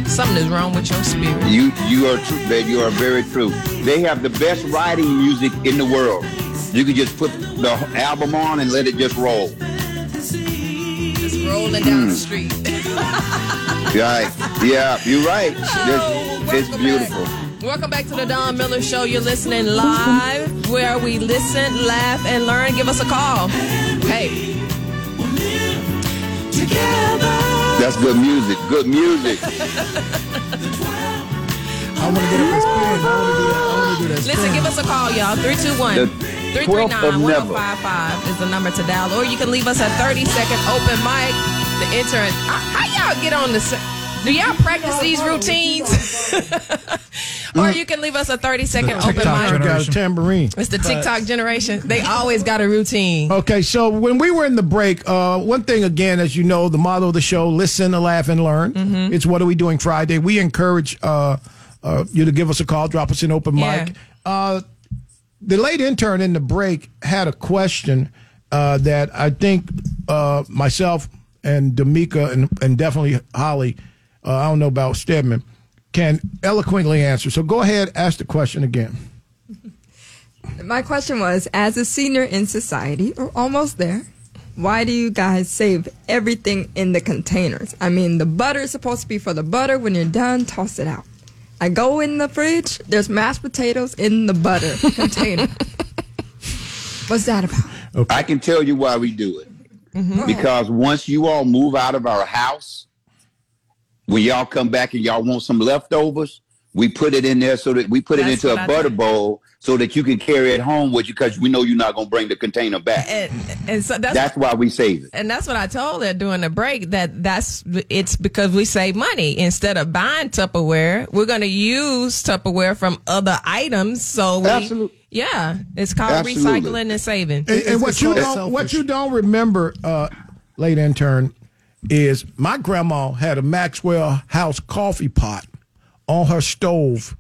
something is wrong with your spirit. You you are true, babe. You are very true. They have the best riding music in the world. You can just put the album on and let it just roll. It's rolling down the Mm. street. Right? Yeah, you're right. It's, it's beautiful. Welcome back to the Don Miller Show. You're listening live, where we listen, laugh, and learn. Give us a call. Hey, That's good music. Good music. I want to get up experience. I want to do that. I want to do that. listen, give us a call, y'all. The 321 twelfth of 339 never. 1055 is the number to dial. Or you can leave us a 30 second open mic. The intern. uh, How y'all get on the. se- Do y'all practice these routines? or you can leave us a 30 second open mic. Got a tambourine. It's the TikTok generation. They always got a routine. Okay, so when we were in the break, uh, one thing again, as you know, the motto of the show: listen, laugh, and learn. Mhm. It's what are we doing Friday? We encourage uh, uh, you to give us a call, drop us an open Yeah. mic. Uh, the late intern in the break had a question uh, that I think uh, myself and D'Amica and, and definitely Holly, uh, I don't know about Stedman, can eloquently answer. So go ahead, ask the question again. My question was as a senior in society, or almost there, why do you guys save everything in the containers? I mean, the butter is supposed to be for the butter. When you're done, toss it out. I go in the fridge, there's mashed potatoes in the butter container. What's that about? I can tell you why we do it. Mm-hmm. Mhm. Because once you all move out of our house, when y'all come back and y'all want some leftovers, we put it in there so that we put it That's into what I a butter did. bowl so that you can carry it home with you because we know you're not going to bring the container back. And, and so that's, That's why we save it. and that's what I told her during the break that that's it's because we save money instead of buying Tupperware, we're going to use Tupperware from other items. So we, yeah, it's called Absolutely. recycling and saving. And, and what you don't what you don't remember, uh, late intern, is my grandma had a Maxwell House coffee pot on her stove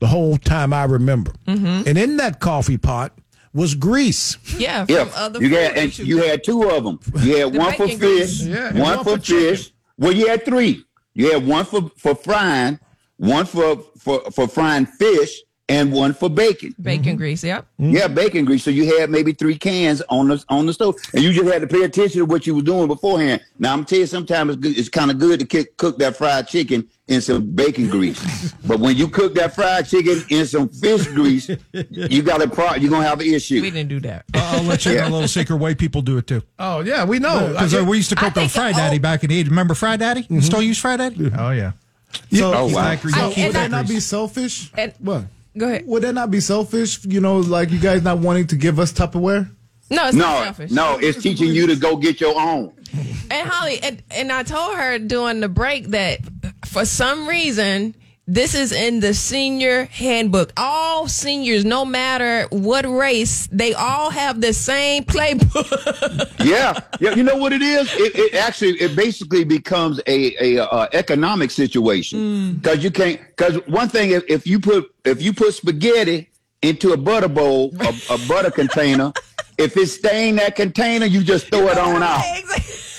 the whole time I remember, Mm-hmm. Mhm. and in that coffee pot was grease. yeah, Yeah, from other you food had and that you you had two of them. You had The one for bacon grease. fish, Yeah, and one one for for chicken. fish. Well, you had three. You had one for for frying, one for for for frying fish, and one for bacon. bacon grease. Yep. Yeah, bacon grease. So you had maybe three cans on the on the stove, and you just had to pay attention to what you were doing beforehand. Now I'm telling you, sometimes it's, good, it's kind of good to kick, cook that fried chicken in some bacon grease, but when you cook that fried chicken in some fish grease, you got a pro. You're gonna have an issue. We didn't do that. I'll let you know Yeah. a little secret. White people do it too. Oh yeah, we know because I- we used to I cook on think- Fry Daddy back in the 80s. Remember Fry Daddy? You Mm-hmm. still use Fry Daddy? Oh yeah. So, oh, wow. so I- would that and I- not be selfish? what? Go ahead. Would that not be selfish? You know, like you guys not wanting to give us Tupperware? No, it's not no, selfish. no, it's teaching you to go get your own. And Holly, and, and I told her during the break that for some reason This is in the senior handbook. All seniors, no matter what race, they all have the same playbook. yeah, yeah. You know what it is? It, it actually, it basically becomes a a uh, economic situation Mm. because you can't. Because one thing, if, if you put if you put spaghetti into a butter bowl, a, a butter container, if it's stained that container, you just throw it on out.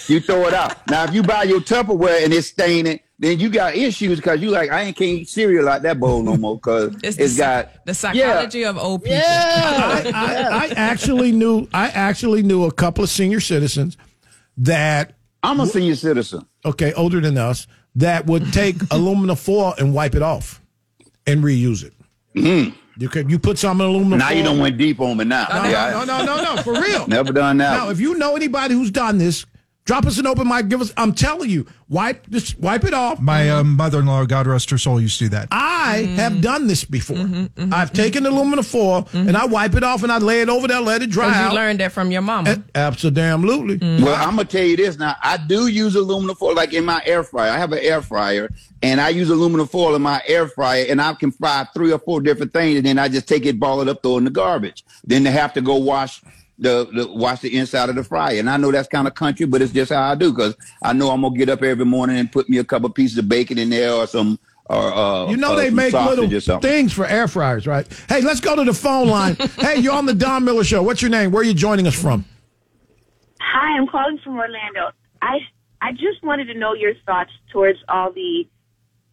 You throw it out. Now, if you buy your Tupperware and it's stained, it, then you got issues because you like I ain't can't eat cereal out that bowl no more because It's it's the- got the psychology of old people. Yeah. I actually knew I actually knew a couple of senior citizens that I'm a senior citizen. Okay, older than us that would take aluminum foil and wipe it off and reuse it. You could you put some Mm. aluminum Now foil. you don't went deep on me now. No, no, Yeah, no, I- no, no, no, for real. Never done that. Now, if you know anybody who's done this, drop us an open mic. Give us. I'm telling you, wipe just wipe it off. My uh, mother-in-law, God rest her soul, used to do that. I have done this before. I've taken aluminum foil and I wipe it off and I lay it over there, let it dry Because you out. learned that from your mama. Absolutely. Well, I'm gonna tell you this now. I do use aluminum foil, like in my air fryer. I have an air fryer, and I use aluminum foil in my air fryer, and I can fry three or four different things, and then I just take it, ball it up, throw it in the garbage. Then they have to go wash the, the wash the inside of the fryer. And I know that's kind of country, but it's just how I do because I know I'm gonna get up every morning and put me a couple pieces of bacon in there or some or uh, You know uh, they some make sausage little or something. things for air fryers, right? Hey, let's go to the phone line. hey, you're on the Don Miller Show. What's your name? Where are you joining us from? Hi, I'm calling from Orlando. I I just wanted to know your thoughts towards all the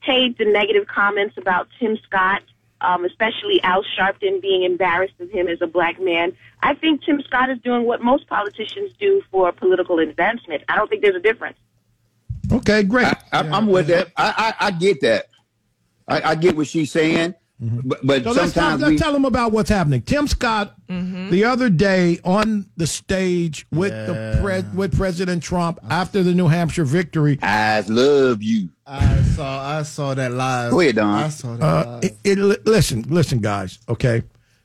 hate and negative comments about Tim Scott, um, especially Al Sharpton being embarrassed of him as a black man. I think Tim Scott is doing what most politicians do for political advancement. I don't think there's a difference. Okay, great. I, I, I'm with that. I, I I get that. I, I get what she's saying, but, but So Mm-hmm. let's, talk, sometimes let's we, tell them about what's happening. Tim Scott, Mm-hmm. the other day on the stage with the pre- with President Trump after the New Hampshire victory, I love you. I saw I saw that live. Go ahead, I saw that Uh, it, it, listen, listen, guys. Okay,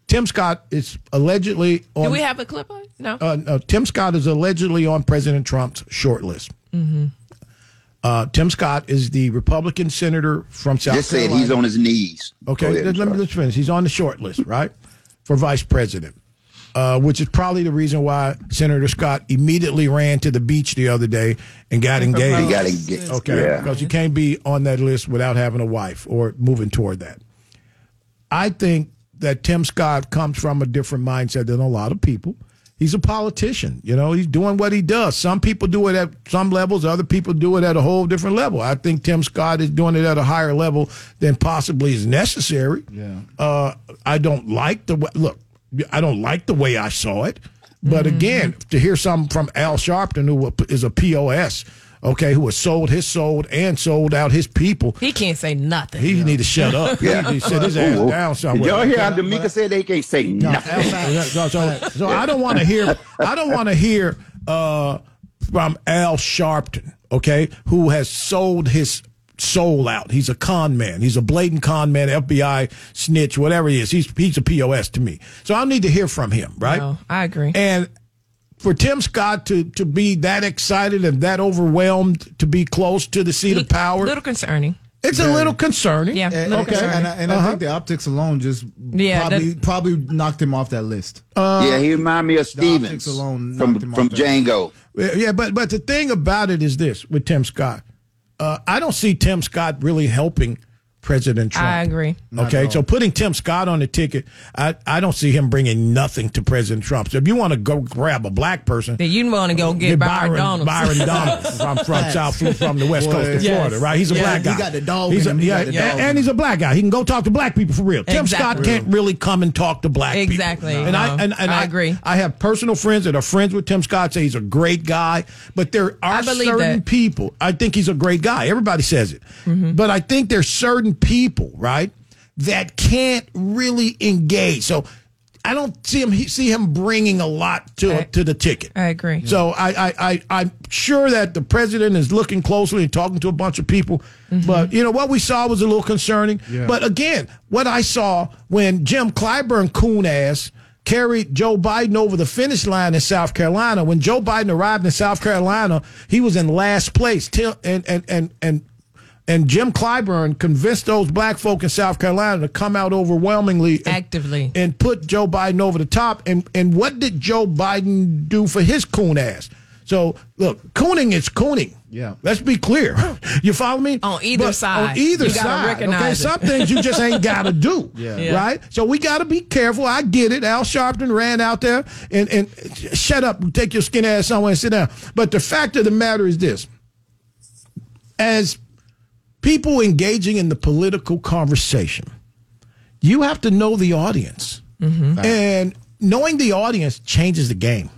Tim Scott is allegedly on. Do we have a clip on? No. uh, no, Tim Scott is allegedly on President Trump's short list. mm-hmm. Uh, Tim Scott is the Republican senator from South Just said Carolina. he's on his knees. Okay, Go ahead, let, let me just finish. He's on the short list, right, for vice president, uh, which is probably the reason why Senator Scott immediately ran to the beach the other day and got He engaged. got engaged, Okay, yeah. because you can't be on that list without having a wife or moving toward that. I think that Tim Scott comes from a different mindset than a lot of people. He's a politician, you know. He's doing what he does. Some people do it at some levels, other people do it at a whole different level. I think Tim Scott is doing it at a higher level than possibly is necessary. Yeah. Uh, I don't like the way, look. I don't like the way I saw it, but again, to hear something from Al Sharpton, who is a pos, okay, who has sold his sold and sold out his people. He can't say nothing. He need to shut up. He need to sit his ass Ooh. down somewhere. Y'all hear how D'Amica said they can't say nothing. So, so, so I don't want to hear. I don't want to hear uh, from Al Sharpton, okay, who has sold his soul out. He's a con man. He's a blatant con man, FBI snitch, whatever he is. He's he's a pos to me. So I need to hear from him, right? No, I agree. And for Tim Scott to to be that excited and that overwhelmed to be close to the seat of power, little concerning. It's a little concerning. Uh-huh. Yeah, little Okay, concerning. and, I, and Uh-huh. I think the optics alone just Yeah, probably probably knocked him off that list. Uh, yeah, he reminded me of Stevens optics alone knocked him from off from that. Django. Yeah, yeah, but but the thing about it is this with Tim Scott, uh, I don't see Tim Scott really helping President Trump. I agree. Not at Okay, all. so putting Tim Scott on the ticket, I, I don't see him bringing nothing to President Trump. So if you want to go grab a black person, Then you want to go get Byron, Donalds. Byron Donalds from, from Facts. South from the West Coast of Yes. Florida, right? He's a Yeah, black he guy. got the dog He's in him. a, He yeah, got the dog and, in and he's a black guy. He can go talk to black people for real. Tim Scott Exactly. can't really come and talk to black people. Exactly. And I No, and, and I agree. I have personal friends that are friends with Tim Scott. Say he's a great guy, but there are believe certain that. people. I think he's a great guy. Everybody says it, Mm-hmm. but I think there's certain people, right, that can't really engage. So I don't see him he- see him bringing a lot to to the ticket. I agree. So I, I, I, I'm sure that the president is looking closely and talking to a bunch of people. Mm-hmm. But, you know, what we saw was a little concerning. Yeah. But again, what I saw when Jim Clyburn coon ass carried Joe Biden over the finish line in South Carolina, when Joe Biden arrived in South Carolina, he was in last place. Till, and, and, and, and And Jim Clyburn convinced those black folk in South Carolina to come out overwhelmingly and- Actively. and put Joe Biden over the top. And and what did Joe Biden do for his coon ass? So look, cooning is cooning. Yeah. Let's be clear. You follow me? On either side. On either You gotta side. okay. recognize it. Some things you just ain't gotta do. Yeah. Yeah. Right? So we gotta be careful. I get it. Al Sharpton ran out there and, and shut up and take your skin ass somewhere and sit down. But the fact of the matter is this as people engaging in the political conversation, you have to know the audience. Mm-hmm. And knowing the audience changes the game.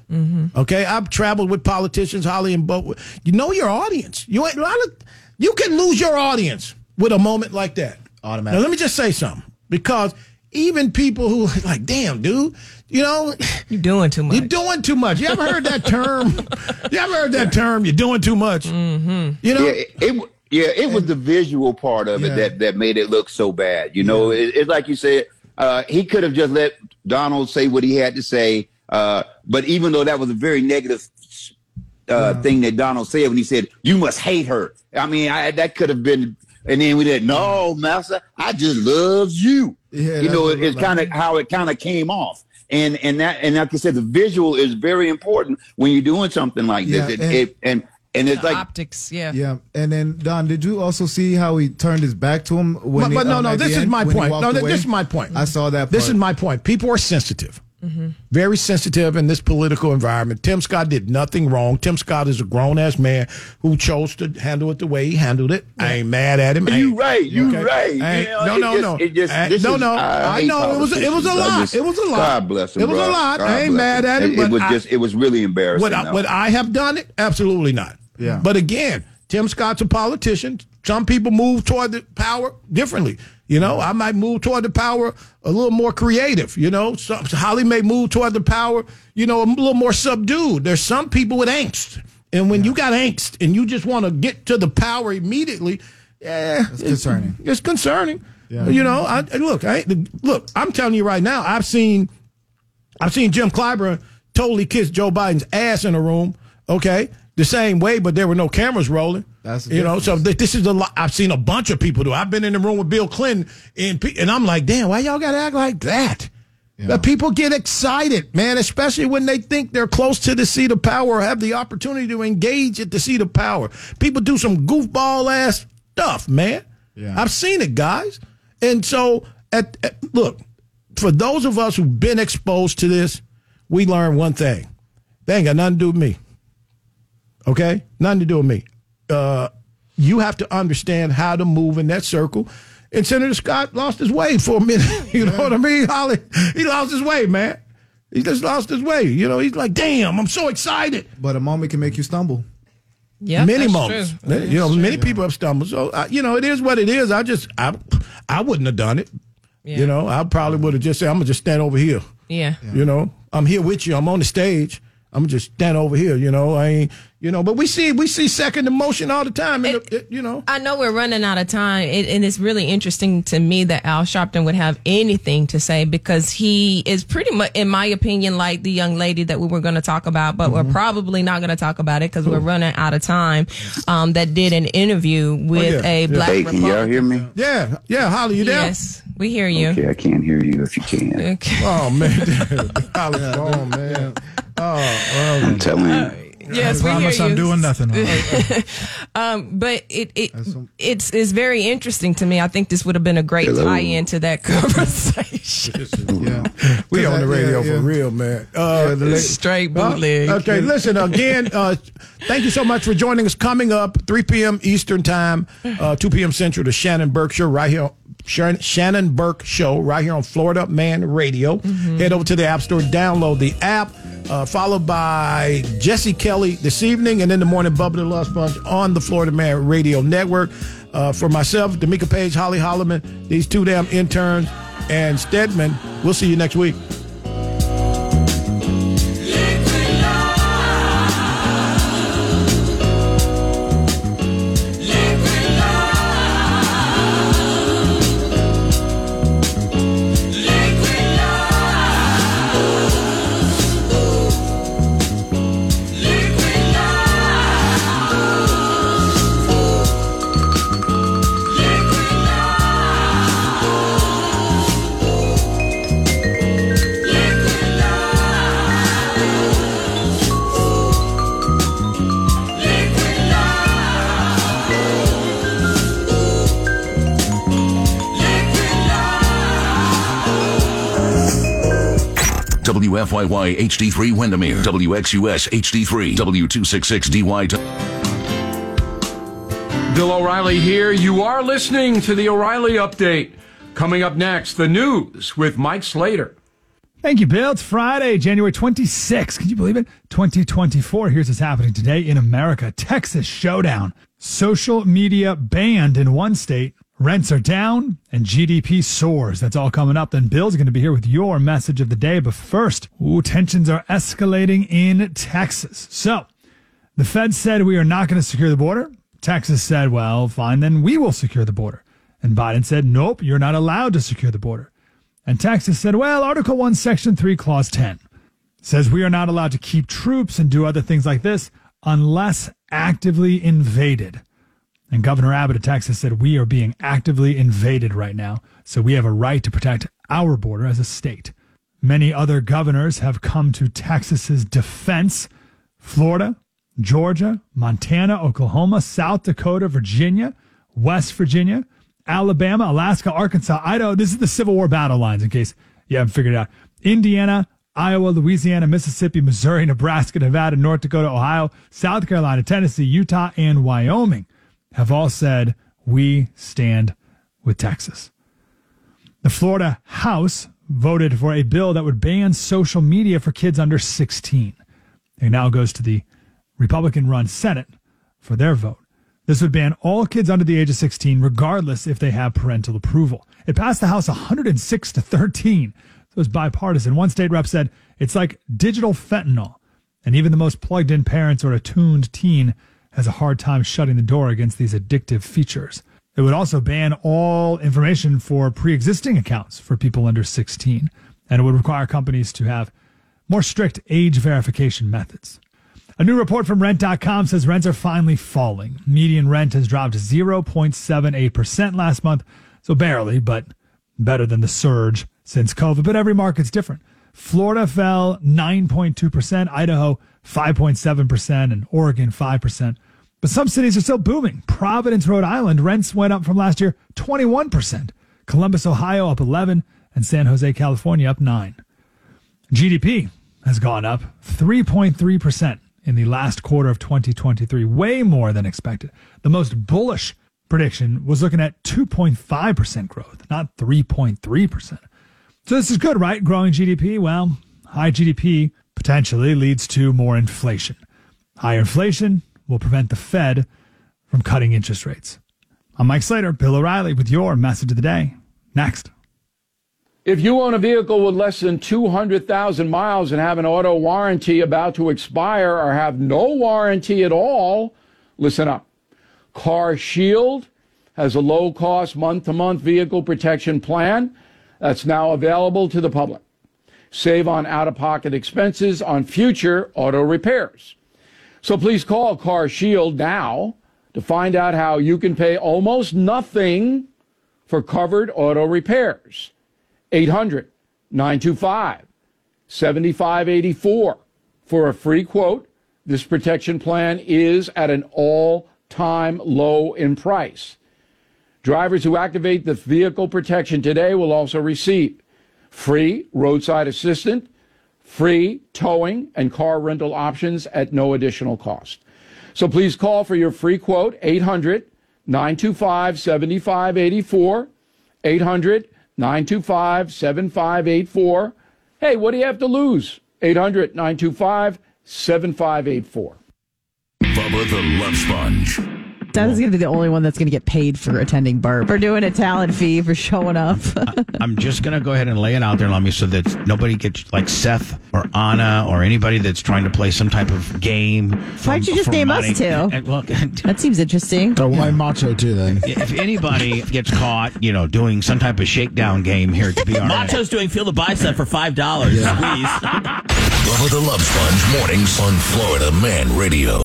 Okay, I've traveled with politicians, Holly and Bo. You know your audience. You ain't, a lot of- you can lose your audience with a moment like that. Automatic. Now let me just say something because even people who like, damn, dude, you know, you're doing too much. You're doing too much. You ever heard that term? you ever heard that term? You're doing too much. Mm-hmm. You know, yeah, it, it w- yeah, it was the visual part of Yeah. it that that made it look so bad. You know, it, it's like you said, uh, he could have just let Donald say what he had to say. Uh, but even though that was a very negative uh, thing that Donald said when he said, "You must hate her," I mean, I, that could have been. And then we did, no, master, I just loves you. Yeah, you that's know, what it it, it's looked like. kind of how it kind of came off. And and that and like you said, the visual is very important when you're doing something like this. Yeah, It- and- it- and and it's The like optics, yeah. Yeah, and then Don, did you also see how he turned his back to him? When but, he, but no, um, no, at this the is end, my when he point. walked No, th- away? this is my point. I saw that. This part. is my point. People are sensitive, Mhm. very sensitive in this political environment. Tim Scott did nothing wrong. Tim Scott is a grown ass man who chose to handle it the way he handled it. I ain't mad at him. I You ain't- right. You okay? right. You I ain't- know, no, it no, just- no. It just, I- this Uh, no, is- no. I hate know it was. It was politicians. a I lot. just- it was a lot. God bless him. It was bro. a lot. God I ain't bless mad him. at him. It but was I- just. It was really embarrassing. would I, though. would I have done it? Absolutely not. Yeah. But again, Tim Scott's a politician. Some people move toward the power differently. You know, I might move toward the power a little more creative. You know, some, Holly may move toward the power, you know, a little more subdued. There's some people with angst. And when you got angst and you just want to get to the power immediately, yeah, it's concerning. It's concerning. Yeah. You know, I, I- look, I, ain't- look, I'm telling you right now, I've seen I've seen Jim Clyburn totally kiss Joe Biden's ass in a room. Okay, the same way, but there were no cameras rolling. That's the you know, so th- this is a lot. I've seen a bunch of people do. I've been in the room with Bill Clinton, and pe- and I'm like, damn, why y'all gotta act like that? But people get excited, man, especially when they think they're close to the seat of power or have the opportunity to engage at the seat of power. People do some goofball ass stuff, man. Yeah. I've seen it, guys. And so, at, at- look, for those of us who've been exposed to this, we learn one thing. They ain't got nothing to do with me. Okay? Nothing to do with me. Uh, you have to understand how to move in that circle. And Senator Scott lost his way for a minute. You know what I mean, Holly? He lost his way, man. He just lost his way. You know, he's like, damn, I'm so excited. But um, a moment can make you stumble. Yeah, many that's moments. true. You know, many people have stumbled. So I, you know, it is what it is. I just, I, I wouldn't have done it. Yeah. You know, I probably would have just said, I'm gonna just stand over here. Yeah. You know, I'm here with you. I'm on the stage. I'm just stand over here. You know, I ain't. You know, but we see we see second emotion all the time. and it- you know, I know we're running out of time, and, and it's really interesting to me that Al Sharpton would have anything to say because he is pretty much, in my opinion, like the young lady that we were going to talk about, but Mm-hmm. we're probably not going to talk about it because we're running out of time. Um, that did an interview with yeah. a Yeah. black. Hey, can y'all hear me? Oh, Yeah, yeah, Holly, you there? Yes, we hear you. Okay, I can't hear you if you can. Okay. Oh man, Holly, oh man, oh, I'm telling you. Yes, we promise hear I'm you. doing nothing wrong. Um, but it, it it's it's very interesting to me. I think this would have been a great tie-in to that conversation. yeah. We on the radio for real, man. Uh, the lady- Straight Huh? bootleg. okay, listen again. Uh, thank you so much for joining us. Coming up, 3 p.m. Eastern time, uh, 2 p.m. Central, the Shannon Burke Show right here. Sharon- Shannon Burke Show right here on Florida Man Radio. Mm-hmm. Head over to the App Store, download the app, uh, followed by Jesse Kelly this evening, and in the morning, Bubba the Love Sponge on the Florida Man Radio Network. Uh, for myself, D'Amica Page, Holly Holloman, these two damn interns, and Stedman, we'll see you next week. Liquid love. WFYY HD3 Windermere, WXUS HD3, W266DY. Bill O'Reilly here. You are listening to the O'Reilly Update. Coming up next, the news with Mike Slater. Thank you, Bill. It's Friday, January 26th. Can you believe it? 2024. Here's what's happening today in America Texas showdown. Social media banned in one state. Rents are down and GDP soars. That's all coming up. Then Bill's going to be here with your message of the day. But first, ooh, tensions are escalating in Texas. So the Fed said we are not going to secure the border. Texas said, well, fine, then we will secure the border. And Biden said, nope, you're not allowed to secure the border. And Texas said, well, Article 1, Section 3, Clause 10 says we are not allowed to keep troops and do other things like this unless actively invaded. And Governor Abbott of Texas said, we are being actively invaded right now, so we have a right to protect our border as a state. Many other governors have come to Texas's defense. Florida, Georgia, Montana, Oklahoma, South Dakota, Virginia, West Virginia, Alabama, Alaska, Arkansas, Idaho. This is the Civil War battle lines, in case you haven't figured it out. Indiana, Iowa, Louisiana, Mississippi, Missouri, Nebraska, Nevada, North Dakota, Ohio, South Carolina, Tennessee, Utah, and Wyoming have all said, We stand with Texas. The Florida House voted for a bill that would ban social media for kids under 16. It now goes to the Republican run Senate for their vote. This would ban all kids under the age of 16, regardless if they have parental approval. It passed the House 106 to 13. So it was bipartisan. One state rep said it's like digital fentanyl. And even the most plugged in parents or attuned teen has a hard time shutting the door against these addictive features. It would also ban all information for pre existing accounts for people under 16. And it would require companies to have more strict age verification methods. A new report from rent.com says rents are finally falling. Median rent has dropped 0.78% last month, so barely, but better than the surge since COVID. But every market's different. Florida fell 9.2%, Idaho 5.7%, and Oregon 5%. But some cities are still booming. Providence, Rhode Island, rents went up from last year 21%. Columbus, Ohio up 11 and San Jose, California up 9. GDP has gone up 3.3% in the last quarter of 2023, way more than expected. The most bullish prediction was looking at 2.5% growth, not 3.3%. So this is good, right? Growing GDP. Well, high GDP potentially leads to more inflation. Higher inflation will prevent the Fed from cutting interest rates. I'm Mike Slater, Bill O'Reilly with your message of the day. Next. If you own a vehicle with less than 200,000 miles and have an auto warranty about to expire or have no warranty at all, listen up. Car Shield has a low cost month to month vehicle protection plan that's now available to the public. Save on out of pocket expenses on future auto repairs. So please call Car Shield now to find out how you can pay almost nothing for covered auto repairs. 800 925 7584 for a free quote. This protection plan is at an all time low in price. Drivers who activate the vehicle protection today will also receive free roadside assistance, free towing, and car rental options at no additional cost. So please call for your free quote 800 925 7584. 800 925 7584. Hey, what do you have to lose? 800 925 7584. Bubba the Love Sponge. That is going to be the only one that's going to get paid for attending Burp. For doing a talent fee, for showing up. I'm just going to go ahead and lay it out there, Lummy, so that nobody gets like Seth or Anna or anybody that's trying to play some type of game. for- Why'd you just for name money. us two? And, well, that seems interesting. So why Macho too then? if anybody gets caught, you know, doing some type of shakedown game here at the BRN. Macho's doing feel the bicep for five dollars. Please. Bubba the Love Sponge mornings on Florida Man Radio.